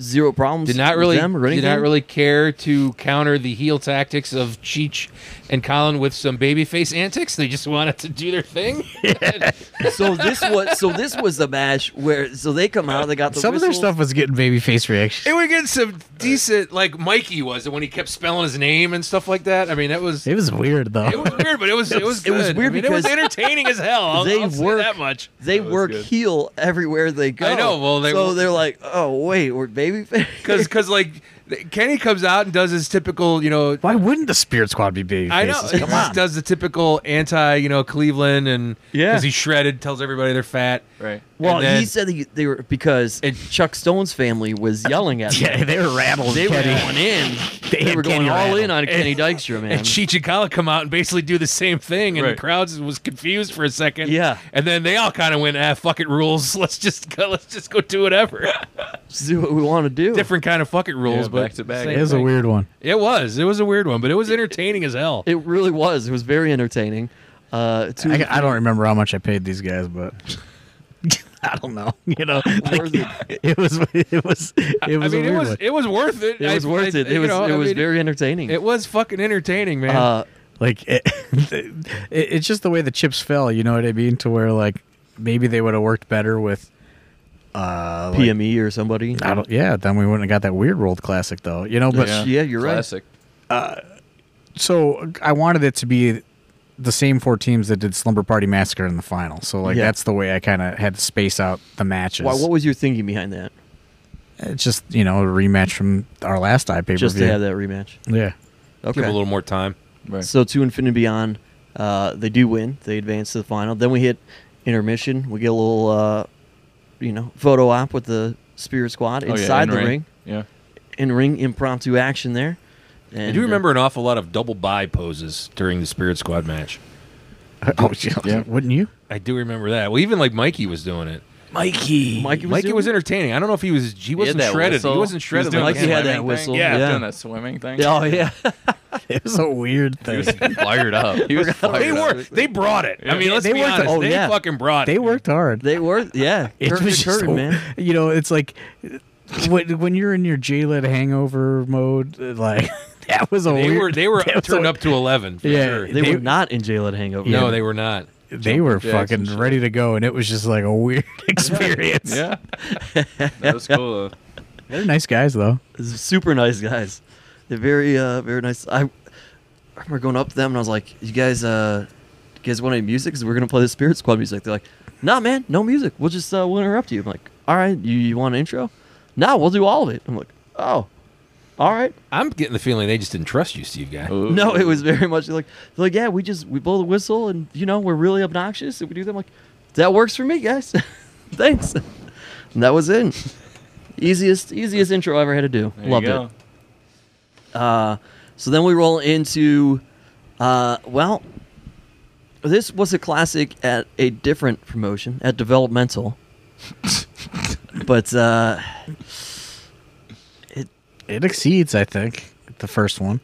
A: zero problems.
C: Did not
A: with
C: really
A: them or
C: did not
A: anything.
C: really care to counter the heel tactics of Cheech and Colin with some babyface antics. They just wanted to do their thing.
A: so this was so this was the match where so they come out they got the
B: Some of their
A: whistle.
B: stuff was getting babyface
C: It
B: reactions.
C: would get some decent, like Mikey was, and when he kept spelling his name and stuff like that. I mean, that was
B: It
C: it
B: was weird though.
C: was weird, but it was it was
A: It was
C: good.
A: weird
C: I mean, it was
A: because
C: entertaining as hell. I'll,
A: they
C: I'll say
A: work-
C: that much.
A: They
C: That was
A: work
C: good.
A: heel everywhere they go.
C: I know, well, they-
A: so they're like, oh wait, we're babyface.
C: because because like Kenny comes out and does his typical, you know,
B: Why wouldn't the Spirit Squad be babyfaces?
C: I know. He
B: Come
C: just
B: on.
C: does the typical anti, you know, Cleveland and
A: Yeah.
C: because he's shredded, tells everybody they're fat.
D: right.
A: well,
C: And then-
A: he said he, they were because
C: And-
A: Chuck Stone's family was yelling at them.
B: Yeah, they were rattled.
A: They were
B: Kenny.
A: going in. They,
B: had
A: were going
B: Kenny
A: all
B: rattled.
A: in on Kenny Dykstra, man.
C: And Cheech and Kala come out and basically do the same thing, and
D: Right.
C: the crowd just was confused for a second.
A: Yeah.
C: and then they all kind of went, "Ah, fuck it, rules. Let's just go, let's just go do whatever."
A: Let's do what we want to do.
C: Different kind of fuck it rules,
D: Yeah,
C: but
D: back to back.
C: same
B: It was a
C: thing.
B: weird one.
C: It was. It was a weird one, but it was entertaining as hell.
A: It really was. It was very entertaining. Uh, two
B: I, I don't remember how much I paid these guys, but I don't know. You know,
A: Worth
B: like, it? was it was it was
C: I mean,
B: a weird
C: it was
B: one.
C: it was worth it.
A: it was
C: I-
A: worth
C: I-
A: it. It
C: you
A: was.
C: know,
A: it
C: I
A: was
C: mean,
A: very entertaining.
C: It was fucking entertaining, man.
A: uh,
B: like it, it, it's just the way the chips fell. You know what I mean? To where like maybe they would have worked better with uh, like,
A: PME E or somebody.
B: I don't, yeah, then we wouldn't have got that weird world classic though. You know, but
A: Yeah. yeah, you're right.
D: Classic.
B: so I wanted it to be the same four teams that did Slumber Party Massacre in the final. So like
A: Yeah.
B: that's the way I kind of had to space out the matches.
A: Why, what was your thinking behind that?
B: it's just you know a rematch from our last eye pay per
A: Just to have
B: view.
A: that rematch.
B: Yeah.
A: Okay.
C: Give it a little more time.
D: Right.
A: So to Infinity and Beyond, uh, they do win. They advance to the final. Then we hit intermission. We get a little, uh, you know, photo op with the Spirit Squad
D: Oh, yeah,
A: inside the
D: in-ring.
A: ring.
D: Yeah.
A: In ring impromptu action there. And,
C: I do
A: uh,
C: remember an awful lot of double buy poses during the Spirit Squad match.
B: Oh, yeah.
D: Yeah.
B: Wouldn't you?
C: I do remember that. Well, even like Mikey was doing it.
B: Mikey.
A: Mikey was,
C: Mikey
A: doing
C: was
A: it?
C: entertaining. I don't know if he was. He wasn't
D: that
C: shredded.
D: whistle.
C: He wasn't shredded.
D: He was
C: like
A: Mikey
D: doing
C: him.
D: that
A: had that
D: swimming
A: whistle.
D: Thing.
C: Yeah.
A: Yeah.
D: Doing that swimming thing.
A: Oh yeah,
B: It was a weird thing.
D: fired up. He was fired
C: They
D: up.
C: were. They brought it. I mean,
B: Yeah,
C: let's
B: they
C: be
B: worked-
C: honest.
A: oh,
C: they
A: yeah.
C: fucking brought it.
B: they worked hard.
A: they were. Yeah,
B: It
A: curtain
B: was
A: to
B: just
A: curtain,
B: so-
A: man.
B: You know, it's like when, when you're in your J-Lid hangover mode, like that was a
C: They
B: weird.
C: were. They were
B: that was
C: turned
B: a-
C: up to eleven. For
B: Yeah.
C: Sure.
A: They,
B: They-
A: were not in jail at Hangover.
C: no, they were not.
B: They were
D: jacks and
B: fucking
D: shit.
B: ready to go, and it was just like a weird experience.
D: Yeah. That was cool. though.
B: they're nice guys though.
A: super nice guys. They're very, uh, very nice. I, I remember going up to them and I was like, "You guys, uh, you guys want any music? Cause we're gonna play the Spirit Squad music." They're like, "Nah, man, no music. We'll just uh, we'll interrupt you." I'm like, "All right, you, you want an intro? Nah, we'll do all of it." I'm like, "Oh, all right."
C: I'm getting the feeling they just didn't trust you, Steve guy.
D: Ooh.
A: No, it was very much like, they're like, yeah, we just we blow the whistle and you know we're really obnoxious and we do them like, that works for me, guys. Thanks. And that was it. easiest easiest intro I ever had to do.
D: There you
A: Loved
D: go.
A: it. Uh, so then we roll into, uh, well, this was a classic at a different promotion at developmental, but uh, it
B: It exceeds, I think, the first one.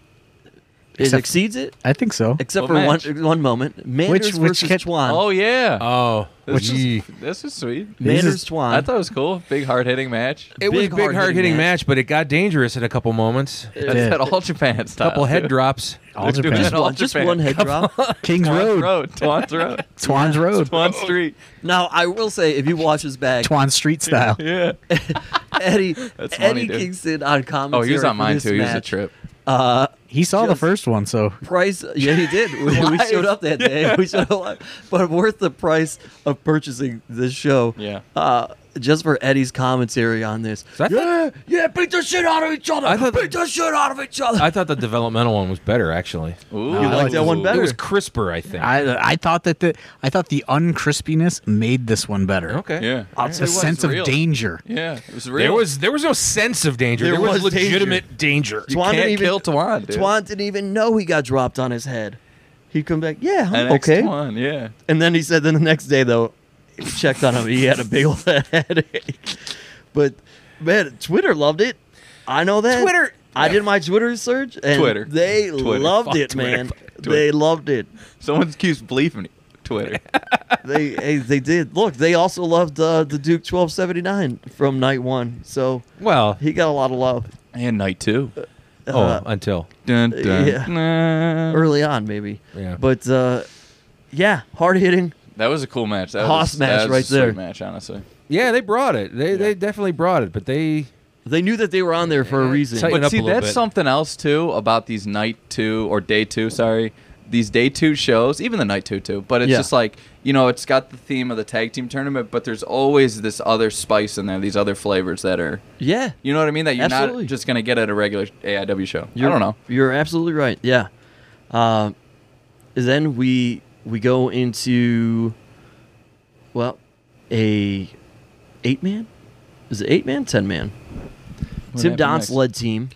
A: it
B: Except-
A: exceeds it
B: I think so.
A: except
D: What
A: for
D: match?
A: one one moment. Manders
B: which
A: versus
B: cat-
A: Chuan.
D: Oh yeah.
A: Uh,
C: Oh,
D: this
C: ye-
D: is this is sweet.
B: This
A: Manders
B: is-
A: Chuan.
D: I thought it was cool. Big hard hitting match.
C: it was a
A: big,
C: big,
A: hard-hitting
C: hard hitting
A: match.
C: match. but it got dangerous at a couple moments. A
D: That's
B: did.
D: at all Japan style.
C: couple head
D: dude.
C: drops.
B: All
D: They're doing
B: Japan.
D: it all
A: Well, just
D: Japan.
A: one head drop.
B: Kings
D: Twans
B: Road,
D: Road. Twans Road.
B: Twan's Road,
D: Twan Street.
A: now I will say, if you watch this back,
B: Twan Street
A: Oh.
B: style.
D: Yeah.
A: Eddie
D: That's
A: Eddie
D: funny, dude.
A: Kingston on
D: Oh,
A: commentary.
D: he was on
A: for
D: mine
A: this
D: too. He was a
A: match,
D: trip.
A: Uh,
B: He saw the
A: Just-
B: first one, so
A: price. Yeah, he did. We, we showed up that day. We showed up, live. but worth the price of purchasing this show.
D: Yeah.
A: Uh, just for Eddie's commentary on this.
C: So I, thought,
A: Yeah, yeah, beat the shit out of each other.
C: I thought-
A: beat the shit out of each other.
C: I thought the developmental one was better, actually.
D: Ooh,
A: You like that one better?
C: It was crisper, I think.
B: I I thought that the I thought the uncrispiness made this one better.
C: okay.
D: Yeah.
B: It's a sense of danger.
D: Yeah, it was real.
C: There was there was no sense of danger.
A: There
C: There, was,
A: was danger.
C: legitimate danger.
A: You Twan didn't
D: can't
A: even-
D: kill Tawan, dude.
A: Twan didn't even know he got dropped on his head. He'd come back, yeah,
D: An
A: I'm okay.
D: X-Twan, yeah.
A: And then he said, then the next day though, he checked on him. He had a big old headache. But man, Twitter loved it. I know that
C: Twitter-
A: I did my Twitter search, and
D: Twitter.
A: they
D: Twitter.
A: loved
D: Fuck
A: it,
D: Twitter.
A: man.
D: Fuck Twitter.
A: They loved it.
D: Someone keeps believing it. Twitter.
A: They hey, they did. Look, they also loved uh, the Duke twelve seventy nine from night one. So
C: Well,
A: he got a lot of love
D: and night two.
A: uh,
C: oh, until
D: Dun, dun,
A: Yeah.
D: dun.
A: early on, maybe.
C: Yeah.
A: But uh, yeah, hard hitting.
D: That was a cool match. That
A: Hoss
D: was,
A: match
D: that was
A: right
D: a sweet
A: there.
D: Match, honestly.
C: yeah, they brought it. They they definitely brought it, but they
A: They knew that they were on there for a reason.
C: Tighten
D: But
C: up a
D: see,
C: little
D: that's
C: bit.
D: something else too about these night two or day two. Sorry, these day two shows, even the night two too. But it's
A: Yeah.
D: just like you know, it's got the theme of the tag team tournament, but there's always this other spice in there, these other flavors that are,
A: yeah,
D: you know what I mean, that you're
A: Absolutely.
D: not just gonna get at a regular AIW show.
A: You're,
D: I don't know.
A: You're absolutely right. Yeah. Uh, then we we go into well a eight man. Is it eight man? Ten man?
D: What
A: Tim
D: happened
A: Don's
D: next?
A: led team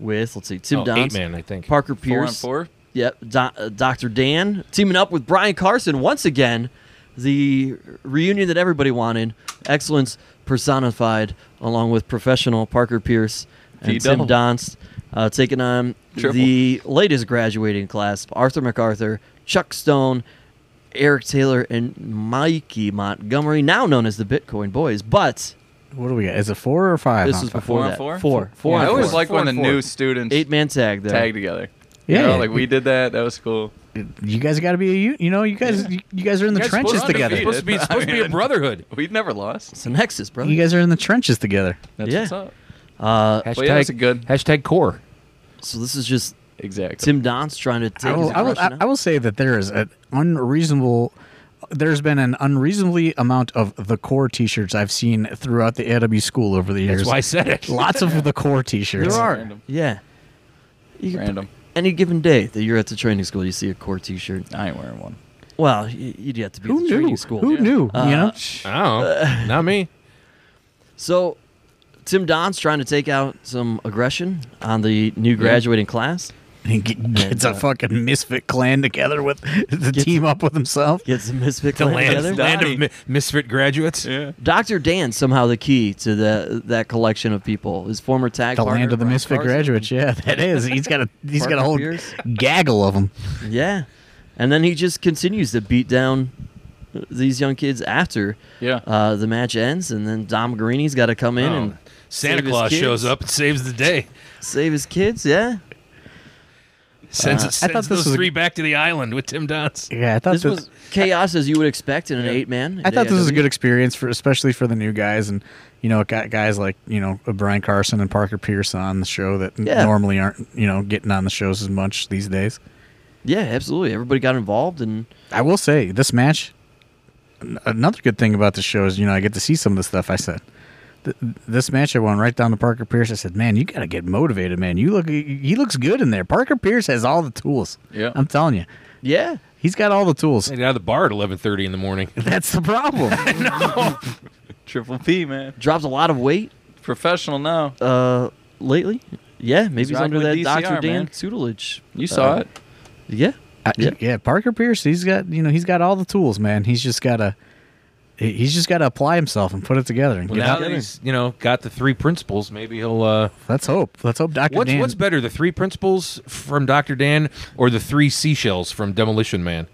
A: with let's see Tim
C: oh,
A: Don's
C: eight man, I think.
A: Parker
D: Four on
A: Pierce.
D: four.
A: Yep, Do- uh, Dr. Dan teaming up with Brian Carson once again. The reunion that everybody wanted, excellence personified, along with professional Parker Pierce and Tim
D: P-Double.
A: Donst, uh, taking on
D: Triple.
A: the latest graduating class: Arthur MacArthur, Chuck Stone, Eric Taylor, and Mikey Montgomery, now known as the Bitcoin Boys. But
B: What do we got? Is it four or five?
A: this
B: on
A: was
B: five?
A: before
D: Four on
A: that.
D: four?
A: Four, four.
B: Yeah,
A: on
D: I always
A: four.
D: like
C: Four
D: when the
C: and four.
D: new students
A: eight man tag there.
D: tag together.
B: Yeah,
D: you know, like we did that. That was cool.
B: you guys got to be a u- you know you guys you, you guys are in the
C: You guys
B: trenches
C: supposed to be-
B: together.
C: Supposed to be supposed to be a brotherhood.
D: We'd never lost.
A: It's a nexus, brother.
B: You guys are in the trenches together.
D: That's
A: Yeah.
D: what's up.
A: uh,
C: Hashtag
D: Well, yeah, that's a good-
C: hashtag core.
A: so this is just
D: Exactly.
A: Tim Don's trying to take
B: I will,
A: his
B: I, will,
A: aggression
B: I-
A: out.
B: I will say that there is an unreasonable there's been an unreasonably amount of the core t-shirts I've seen throughout the AW school over the years.
C: That's why I said it.
B: Lots of the core t-shirts.
A: There are.
D: Random.
A: Yeah. You could-
D: Random.
A: Any given day that you're at the training school, you see a core T-shirt.
D: I ain't wearing one.
A: Well, y- you'd have to be at
B: Who
A: the
B: knew?
A: training school.
B: Who
D: Yeah.
B: knew?
A: Uh,
B: you know?
C: Oh, not me.
A: So, Tim Don's trying to take out some aggression on the new graduating class.
B: He g- gets
A: uh,
B: a fucking misfit clan together with the team up with himself.
A: Gets the misfit
C: The
A: clan
C: land,
A: together.
C: land of mi- misfit graduates.
D: Yeah.
A: Doctor Dan somehow the key to the that collection of people. His former tag
B: The
A: partner,
B: land of the
A: Brian
B: misfit
A: Carson.
B: graduates. Yeah, that is. He's got a he's got a
A: Parker
B: whole
A: Pierce.
B: gaggle of them.
A: Yeah, and then he just continues to beat down these young kids after
D: Yeah.
A: uh, the match ends, and then Dom Greeni's got to come in
C: Oh.
A: and
C: Santa
A: save his
C: Claus
A: kids.
C: shows up and saves the day.
A: save his kids. Yeah,
C: Sends,
A: Uh, I
C: it, sends
B: thought this
C: those
B: was a-
C: three back to the island with Tim Donst.
B: Yeah, I thought
A: this was chaos as you would expect in an eight man.
B: I thought this was a good experience for, especially for the new guys, and you know, it got guys like you know uh, Brian Carson and Parker Pierce on the show that n-
A: Yeah.
B: normally aren't you know getting on the shows as much these days.
A: Yeah, absolutely. Everybody got involved, and
B: I will say this match. an- Another good thing about the show is you know I get to see some of the stuff I said. Th- This match I won right down to Parker Pierce. I said, "Man, you got to get motivated, man. You look, he looks good in there. Parker Pierce has all the tools.
D: Yeah.
B: I'm telling you,
A: yeah,
B: he's got all the tools.
C: They get out of the bar at eleven thirty in the morning.
B: That's the problem.
D: Triple P, man.
A: dropped a lot of weight
D: Professional now.
A: uh, lately. Yeah, maybe he's,
D: rocking
A: under
D: with
A: that
D: DCR,
A: Doctor Dan
D: man.
A: tutelage.
D: You saw
A: Uh,
D: it.
A: Yeah,
B: I-
A: Yeah.
B: yeah. Parker Pierce, he's got you know he's got all the tools, man. He's just got to he's just got to apply himself and put it together and
C: Well,
B: get
C: now
B: out.
C: that he's you know got the three principles, maybe he'll. Uh,
B: Let's hope. Let's hope Doctor
C: what's
B: Dan.
C: what's better, the three principles from Doctor Dan or the three seashells from Demolition Man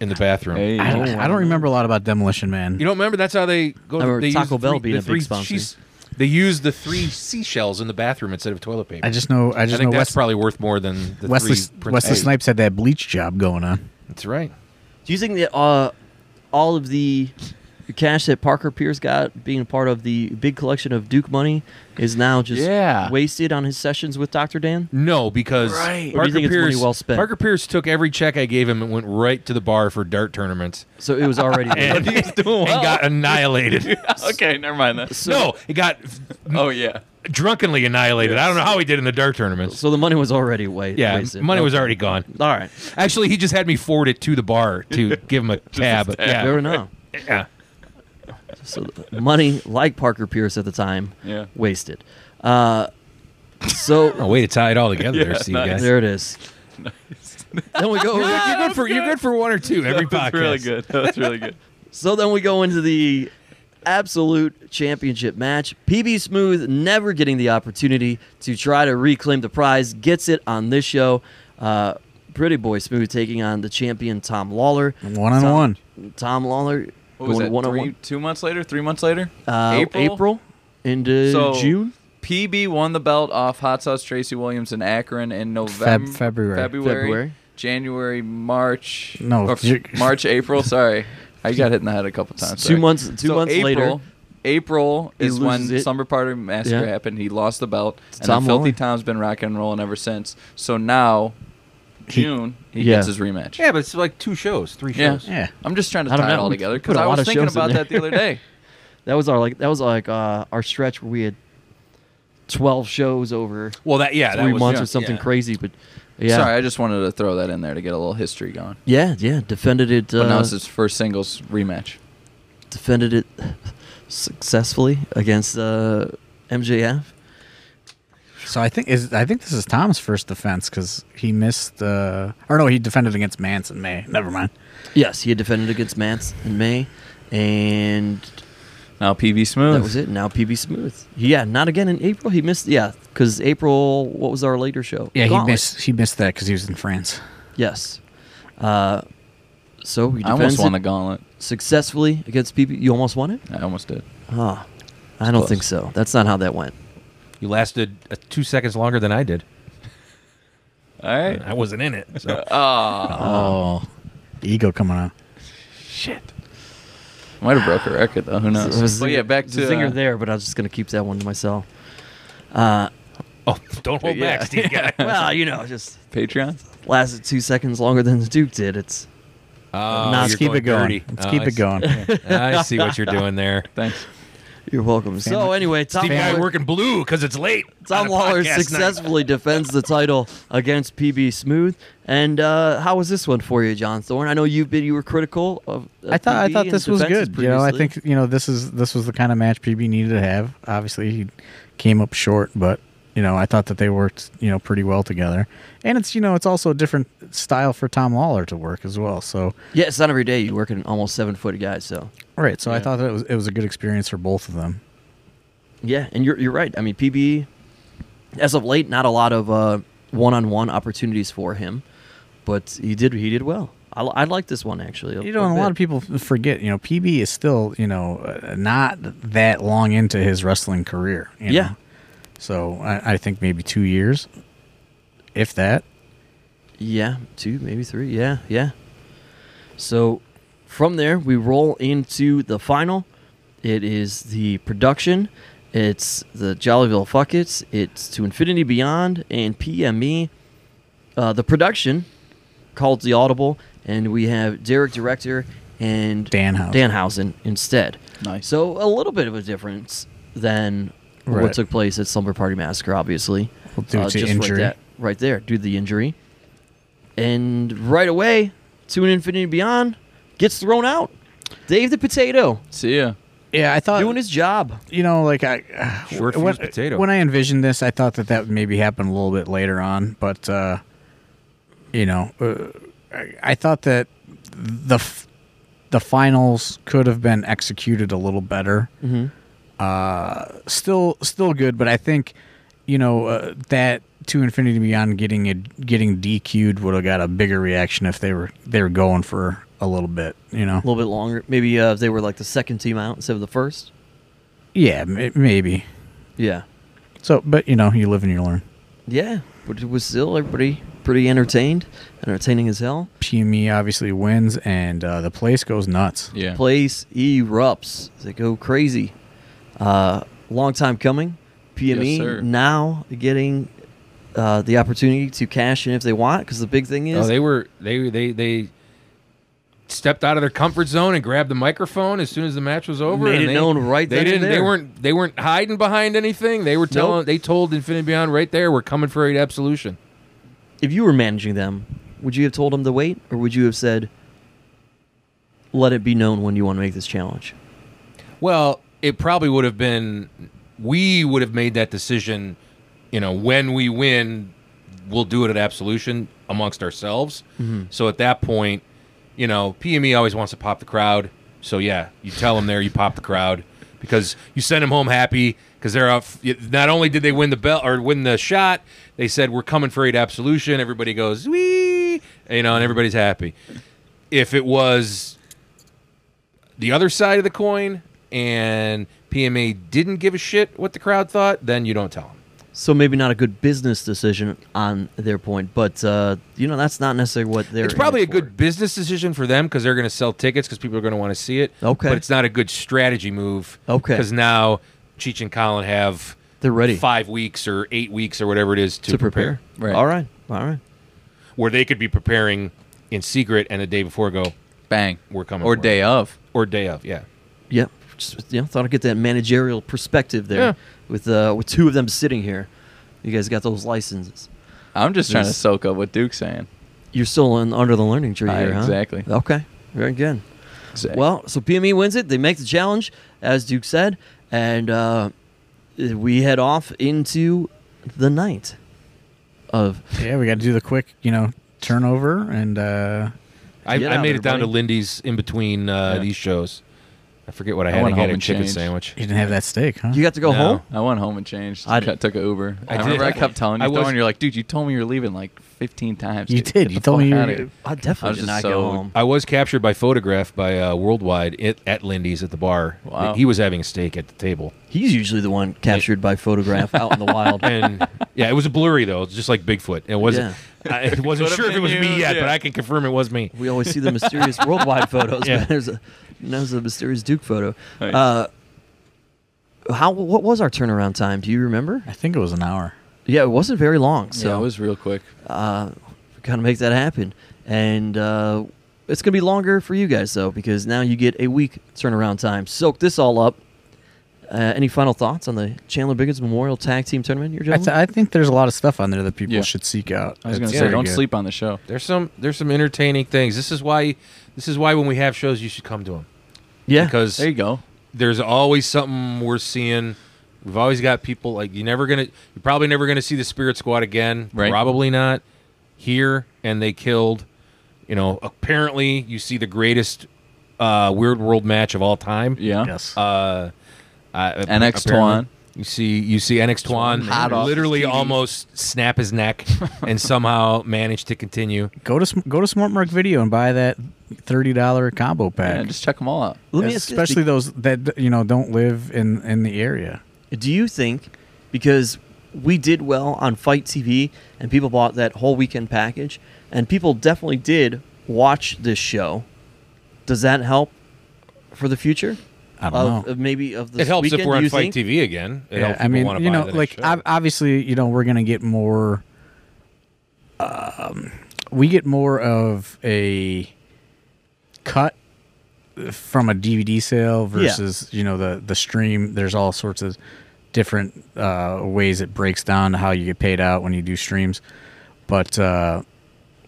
C: in the bathroom?
D: Hey.
B: I, don't, I don't remember a lot about Demolition Man.
C: You don't remember? That's how they go.
A: I remember
C: they use
A: Taco
C: the
A: Bell
C: three-
A: being
C: the
A: a big
C: three
A: sponsor.
C: she's- They use the three seashells in the bathroom instead of toilet paper.
B: I just know I
C: I
B: just
C: think
B: know
C: that's
B: Wes,
C: probably worth more than the
B: Wesley
C: three.
B: Wesley
C: principles.
B: Snipes had that bleach job going on.
C: That's right.
A: do you think that uh, all of the cash that Parker Pierce got being a part of the big collection of Duke money is now just
C: Yeah.
A: wasted on his sessions with Dr. Dan?
C: No, because
D: Right.
A: Or do you think it's money well spent?
C: Parker Pierce took every check I gave him and went right to the bar for dart tournaments
A: So it was already.
C: and, and got annihilated.
D: okay, never mind that.
C: no, he got f-
D: Oh yeah.
C: drunkenly annihilated. I don't know how he did in the dart tournaments.
A: so the money was already wa-
C: yeah,
A: wasted.
C: money was
A: Okay.
C: already gone.
A: All right.
C: Actually, he just had me forward it to the bar to give him a tab.
A: Fair
C: Yeah.
A: enough.
C: yeah.
A: So the money, like Parker Pierce at the time,
D: Yeah.
A: wasted. Uh,
C: Oh,
A: so
C: way to tie it all together there, Steve.
D: nice.
C: guys.
A: there it is. Then we go.
C: You're, you're good for you're good for one or two every podcast.
D: That's really good. That's really good.
A: So then we go into the absolute championship match. PB Smooth, never getting the opportunity to try to reclaim the prize, gets it on this show. Uh, Pretty Boy Smooth taking on the champion Tom Lawler.
B: One on
A: Tom-
B: one.
A: Tom Lawler
D: What was
A: going
D: that?
A: one on
D: three,
A: one.
D: two months later? Three months later?
A: Uh, April? into
D: So-
A: June.
D: PB won the belt off Hot Sauce Tracy Williams in Akron in November,
B: February.
D: February,
A: February.
D: January, March.
B: No,
D: or
B: you-
D: March, April. Sorry, I got hit in the head a couple times.
A: Two
D: sorry.
A: months. Two
D: So
A: months
D: April,
A: later.
D: April
A: He
D: is when
A: loses it.
D: Slumber Party Massacre
A: Yeah.
D: happened. He lost the belt, and
A: Tom
D: then Filthy
A: Lawler.
D: Tom's been rocking and rolling ever since. So now, June, he
A: Yeah.
D: gets his rematch.
C: Yeah, but it's like two shows, three
D: Yeah.
C: shows.
B: Yeah.
D: I'm just trying to
A: I don't
D: tie it
A: know.
D: all
A: We
D: together
A: put
D: because
A: a
D: I
A: lot
D: was
A: of
D: thinking
A: shows in
D: about
A: there.
D: that the other day.
A: That was our like. That was like uh, our stretch where we had twelve shows over
C: Well, that yeah, that
A: three
C: was,
A: months
C: yeah.
A: or something
C: Yeah.
A: crazy. But yeah,
D: Sorry, I just wanted to throw that in there to get a little history going.
A: yeah, yeah. Defended it.
D: But
A: Uh,
D: now it's his first singles rematch.
A: defended it successfully against uh, MJF.
B: So I think is I think this is Tom's first defense because he missed. Uh, or no, he defended against Mance in May. Never mind.
A: Yes, he had defended against Mance in May, and
D: Now PV Smooth.
A: that was it. Now PB Smooth. Yeah, not again in April. He missed. Yeah, because April. What was our later show?
B: Yeah, he
A: Gauntlet.
B: missed. He missed that because he was in France.
A: Yes. Uh, so he
D: I almost
A: defends
D: won the
A: it
D: gauntlet.
A: successfully against PB. You almost won it.
D: I almost did.
A: Huh. I don't
D: Close.
A: think so. That's not how that went.
C: You lasted uh, two seconds longer than I did.
D: All right.
A: Uh,
C: I wasn't in it. So.
D: Ah,
B: Oh, the ego coming out.
D: shit. Might have broke a record though. Who
A: It was a
D: knows? But
A: zinger-
D: yeah, back
A: it was
D: to
A: a zinger
D: uh,
A: there, but I was just gonna keep that one to myself. Uh,
C: oh, don't hold
D: Yeah.
C: back, Steve. Guy.
A: well, you know, just
D: Patreon.
A: lasted two seconds longer than the Duke did. It's
C: Oh,
A: Nah,
B: Let's
C: you're
B: keep it going.
C: dirty.
B: Let's
C: Oh,
B: keep
C: I
B: it
C: see-
B: going.
C: I see what you're doing there.
D: Thanks.
A: you're welcome. So
B: Family-
A: anyway, Tom
C: Steve Guy
A: Lawler,
C: working blue because it's late.
A: Tom
C: on a
A: Lawler
C: podcast night.
A: successfully defends the title against PB Smooth. And uh, how was this one for you, John Thorne? I know you've been you were critical of. of
B: I thought I
A: PB
B: thought
A: and
B: this was
A: defenses
B: good. You know, I
A: previously.
B: think you know this is this was the kind of match PB needed to have. Obviously, he came up short, but you know, I thought that they worked you know pretty well together. And it's you know it's also a different style for Tom Lawler to work as well. So
A: Yeah, it's not every day you work an almost seven foot guy. So
B: right, so I
D: Yeah.
B: thought that it was it was a good experience for both of them.
A: Yeah, and you're you're right. I mean, PB as of late, not a lot of uh, one-on-one opportunities for him, but he did he did well. I, li- I like this one actually.
B: You know, and a lot of
A: bit.
B: people f- forget. You know, PB is still you know uh, not that long into his wrestling career. you
A: Yeah.
B: know. So I, I think maybe two years, if that.
A: Yeah, two maybe three. Yeah, yeah. So from there we roll into the final. It is the production. It's the Jollyville Fuckets. It's to Infinity Beyond and PME. Uh, the production called the audible, and we have Derek Director and
B: Danhausen.
A: Danhausen instead.
D: Nice.
A: So a little bit of a difference than
B: Right.
A: what took place at Slumber Party Massacre, obviously.
B: Well, due to
A: Uh, just
B: injury.
A: Right, that- right there, due to the injury. And right away, to an Infinity Beyond gets thrown out. Dave the Potato
D: See ya.
B: Yeah, I thought
A: doing his job.
B: you know, like I uh,
C: Short
B: when,
C: fuse potato.
B: When I envisioned this, I thought that that would maybe happen a little bit later on, but uh, you know, uh, I, I thought that the f- the finals could have been executed a little better.
A: Mm-hmm.
B: Uh, still, still good, but I think you know uh, that to Infinity Beyond getting it getting DQ'd would have got a bigger reaction if they were they were going for a little bit. You
A: A
B: know,
A: little bit longer. Maybe uh, if they were like the second team out instead of the first.
B: yeah, m- maybe.
A: Yeah.
B: So, but you know, you live and you learn.
A: Yeah. But it was still everybody pretty entertained, entertaining as hell.
B: PME E obviously wins, and uh, the place goes nuts.
D: Yeah.
A: Place erupts. They go crazy. Uh, long time coming. PME
D: Yes, sir.
A: now getting uh, the opportunity to cash in if they want, because the big thing is
C: Oh, they were they they they stepped out of their comfort zone and grabbed the microphone as soon as the match was over.
A: Made
C: and
A: it known right
C: They
A: then and
C: didn't. They
A: there.
C: weren't. They weren't hiding behind anything. They were telling.
A: Nope.
C: They told Infinity Beyond right there, "We're coming for absolution."
A: if you were managing them, would you have told them to wait, or would you have said, "Let it be known when you want to make this challenge"?
C: Well, it probably would have been. We would have made that decision. You know, when we win, we'll do it at absolution amongst ourselves. So at that point, you know, PME always wants to pop the crowd. So yeah, you tell them there, you pop the crowd because you send them home happy because they're off. Not only did they win the belt or win the shot, they said we're coming for eight absolution. Everybody goes wee, you know, and everybody's happy. If it was the other side of the coin and PMA didn't give a shit what the crowd thought, then you don't tell them.
A: So maybe not a good business decision on their point, but uh, you know that's not necessarily what they're.
C: It's probably a
A: aiming for.
C: good business decision for them because they're going to sell tickets because people are going to want to see it.
A: Okay.
C: But it's not a good strategy move.
A: Okay.
C: Because now Cheech and Colin have
A: They're ready
C: five weeks or eight weeks or whatever it is to,
A: to prepare.
D: Right.
A: All right. All right.
C: where they could be preparing in secret and the day before go
D: Bang.
C: We're coming
D: Or
C: for it.
D: day of.
C: or day of. Yeah.
A: Yep. Just, you know, thought I'd get that managerial perspective there
C: Yeah.
A: with uh, with two of them sitting here. You guys got those licenses.
D: I'm just trying to
A: There's-
D: soak up what Duke's saying.
A: You're still in, under the learning tree
D: Aye,
A: here, huh?
D: exactly.
A: Okay. Very good.
D: Exactly.
A: Well, so PME wins it. They make the challenge, as Duke said, and uh, we head off into the night of
B: Yeah, we got to do the quick, you know, turnover, and uh,
C: I,
A: Get
C: I
A: out,
C: made it down to
A: everybody.
C: Lindy's in between uh,
D: Yeah.
C: these shows. I forget what I
D: I
C: had. I,
D: went
C: had
D: home
C: a
D: and
C: chicken
D: changed.
C: sandwich.
B: you didn't have that steak, huh?
A: you got to go
C: No.
A: home.
D: I went home and changed.
A: I
D: I
A: did.
D: took an Uber.
C: I
D: I,
C: did.
D: remember I kept telling you,
C: I
D: Thorne,
C: was-
D: you're like, dude, you told me you were leaving like 15 times.
B: You
D: dude.
B: did.
D: Get
B: You
D: the
B: told me
D: fuck
B: you were
D: outta
B: gonna-
D: here."
A: I
D: I
A: definitely
D: was
A: did not
D: just
A: go
D: so-
A: home.
C: I was captured by photograph by uh, Worldwide at, at Lindy's at the bar.
D: Wow.
C: He was having a steak at the table,
A: He's usually the one captured by photograph out in the wild.
C: and yeah, it was a blurry though, It was just like Bigfoot. It wasn't. I wasn't
D: Could've
C: sure if it was
D: been
C: me
D: you,
C: yet,
D: yeah.
C: but I can confirm it was me.
A: We always see the mysterious worldwide photos.
C: Yeah.
A: But there's a there's a mysterious Duke photo.
D: Nice.
A: Uh, how what was our turnaround time? Do you remember?
B: I think it was an hour.
A: Yeah, it wasn't very long. So
D: Yeah, it was real quick.
A: uh, we gotta make that happen. And uh, it's gonna be longer for you guys though, because now you get a week turnaround time. Soak this all up. Uh, any final thoughts on the Chandler Biggins Memorial Tag Team Tournament? Your
B: I, th- I think there's a lot of stuff on there that people
D: Yeah.
B: should seek out.
D: I was going
B: It's
D: to say,
B: very
D: don't
B: good.
D: sleep on the show.
C: There's some there's some entertaining things. This is why this is why when we have shows, you should come to them
A: yeah,
C: because
D: There you go.
C: there's always something we're seeing. We've always got people like you're never gonna, you're probably never gonna see the Spirit Squad again.
D: Right.
C: Probably not here, and they killed. You know, apparently you see the greatest uh, Weird World match of all time.
D: Yeah.
B: Yes.
C: Uh, uh,
D: NX
C: apparently.
D: Twan.
C: You see, you see NX Twan
D: Hot off his
C: literally
D: TD.
C: almost snap his neck and somehow manage to continue.
B: go to Sm- go to Smart Mark Video and buy that thirty dollar combo
D: Yeah,
B: pack.
D: just check them all out.
A: Let me ask this,
B: especially those that you know don't live in in the area.
A: Do you think because we did well on Fight TV and people bought that whole weekend package and people definitely did watch this show, does that help for the future?
B: I
D: Uh,
B: don't
A: Of,
B: know.
A: of maybe of this
C: It helps
A: weekend,
C: if we're
A: do
C: on
A: you think?
C: Fight TV again. It
B: Yeah,
C: helps
B: I
C: people
B: mean,
C: wanna
B: you
C: buy
B: know,
C: the next
B: like
C: show.
B: ob- obviously, you know, we're gonna get more. Um, we get more of a cut from a DVD sale versus you know the the stream. There's all sorts of different uh, ways it breaks down how you get paid out when you do streams, but uh,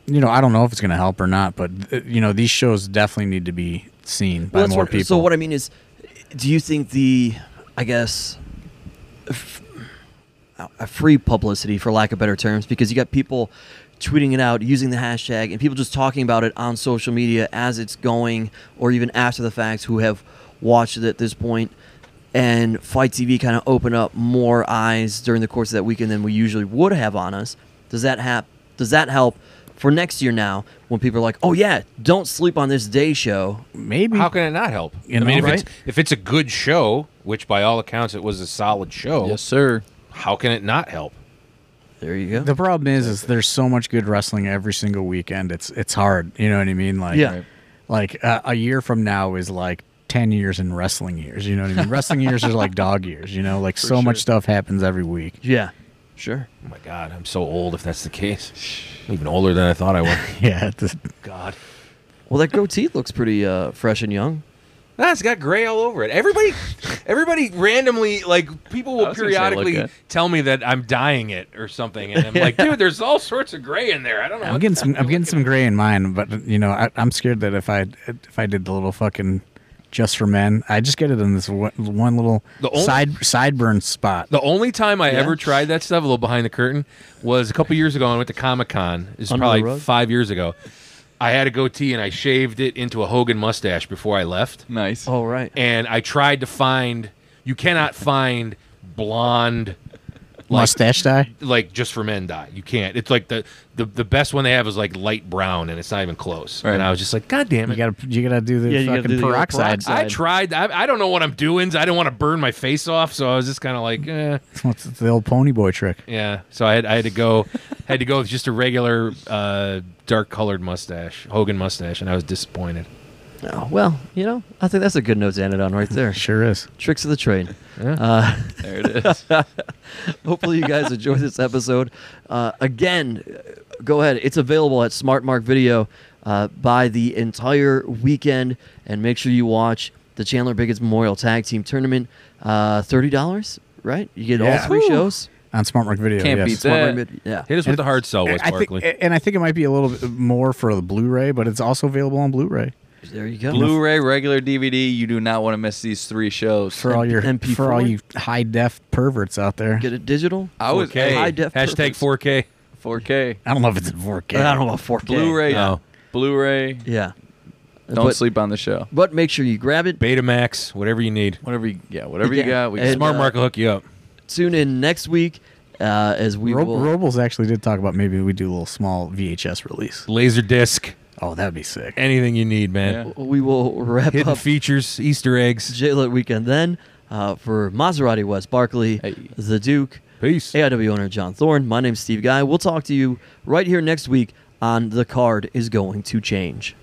B: you know, I don't know if it's gonna help or not. But uh, you know, these shows definitely need to be seen by
A: Well, that's
B: more
A: what-
B: people.
A: So what I mean is, do you think the, I guess, f- a free publicity, for lack of better terms, because you got people tweeting it out using the hashtag and people just talking about it on social media as it's going, or even after the fact, who have watched it at this point, and Fight TV kind of open up more eyes during the course of that weekend than we usually would have on us. Does that hap- Does that help? For next year now, when people are like, "Oh yeah, don't sleep on this day show,"
B: maybe
C: How can it not help?
B: You
C: I mean, if,
B: know,
C: it's, if it's a good show, which by all accounts it was a solid show,
D: Yes, sir.
C: how can it not help?
A: There you go.
B: The problem is, is there's so much good wrestling every single weekend. It's it's hard. You know what I mean? Like,
A: Yeah. Right.
B: like uh, a year from now is like ten years in wrestling years. You know what I mean? wrestling years are like dog years. You know, like so much
A: sure.
B: stuff happens every week.
A: yeah. Sure.
C: Oh my God, I'm so old. If that's the case, I'm even older than I thought I was.
B: Yeah, it's-
C: God,
A: Well, that goatee looks pretty uh, fresh and young.
C: ah, it's got gray all over it. Everybody, everybody randomly like people
D: I
C: will
D: was gonna say it looked
C: periodically
D: good.
C: tell me that I'm dying it or something, and I'm like, dude, there's all sorts of gray in there. I don't know.
B: I'm
C: what
B: getting
C: the
B: some.
C: fuck
B: I'm
C: you're
B: getting
C: looking
B: some gray in mine, but you know, I, I'm scared that if I if I did the little fucking just for men, I just get it in this one, one little
C: The only-
B: side sideburn spot.
C: The only time I
A: Yeah.
C: ever tried that stuff, a little behind the curtain, was a couple years ago. I went to Comic Con. It's
A: Under the
C: probably
A: rug?
C: five years ago. I had a goatee and I shaved it into a Hogan mustache before I left.
D: Nice.
B: Oh.
A: All right.
C: And I tried to find. You cannot find blonde, like
B: Mustache dye.
C: like just for men dye. You can't. It's like the the, the best one they have is like light brown, and it's not even close.
D: Right.
C: And I was just like, God damn
B: You
C: it.
B: gotta you gotta do the
A: Yeah, you gotta
B: fucking
A: do the old
B: peroxide.
A: peroxide.
C: I tried. I, I don't know what I'm doing. I didn't want to burn my face off, so I was just kind of like, eh.
B: What's the old pony boy trick?
C: Yeah, so I had I had to go, had to go with just a regular uh, dark colored mustache, Hogan mustache, and I was disappointed.
A: Oh, well, you know, I think that's a good note to end it on right there.
B: Sure is.
A: Tricks of the trade.
C: Yeah.
A: Uh,
D: There it is.
A: hopefully, you guys enjoyed this episode. Uh, again, go ahead. It's available at Smart Mark Video uh, by the entire weekend, and make sure you watch the Chandler Biggins Memorial Tag Team Tournament. Uh, Thirty dollars, right? You get all
B: Yeah.
A: three
B: Whew.
A: shows.
B: On Smart Mark Video.
D: Can't
B: yes.
D: beat that.
A: Smart
D: Yeah.
A: Mark Vid- yeah.
C: Hit us with the hard
A: Oh,
C: sell, Wes
B: I think,
C: Barkley.
B: and I think it might be a little bit more for the Blu-ray, but it's also available on Blu-ray
A: There you go.
D: Blu-ray, regular DVD. You do not want to miss these three shows.
B: for all your
A: MP4?
B: for all you high def perverts out there.
A: Get it digital.
D: I was
C: 4K.
A: high
D: hey,
A: def purpose.
C: Hashtag 4K.
D: 4K,
B: I don't know if it's in 4K.
A: I don't know about 4K.
D: Blu-ray,
C: No.
D: Blu-ray.
A: Yeah.
D: Don't
A: but,
D: sleep on the show.
A: But make sure you grab it.
C: Betamax, whatever you need.
D: Whatever you, yeah, whatever
A: Yeah.
D: you got. We
A: And,
D: smart.
C: Smart
A: uh,
C: Mark will hook you up.
A: Tune in next week uh, as we
B: Ro-
A: will.
B: Robles actually did talk about maybe we do a little small VHS release.
C: Laser disc,
B: Oh, that'd be sick.
C: anything you need, man.
D: Yeah.
A: we will wrap
C: Hidden
A: up
C: features, Easter eggs.
A: J-Lit Weekend then uh, for Maserati West Barkley,
D: Hey.
A: the Duke,
C: Peace.
A: AIW owner John Thorne. My name's Steve Guy. We'll talk to you right here next week on The Card is Going to Change.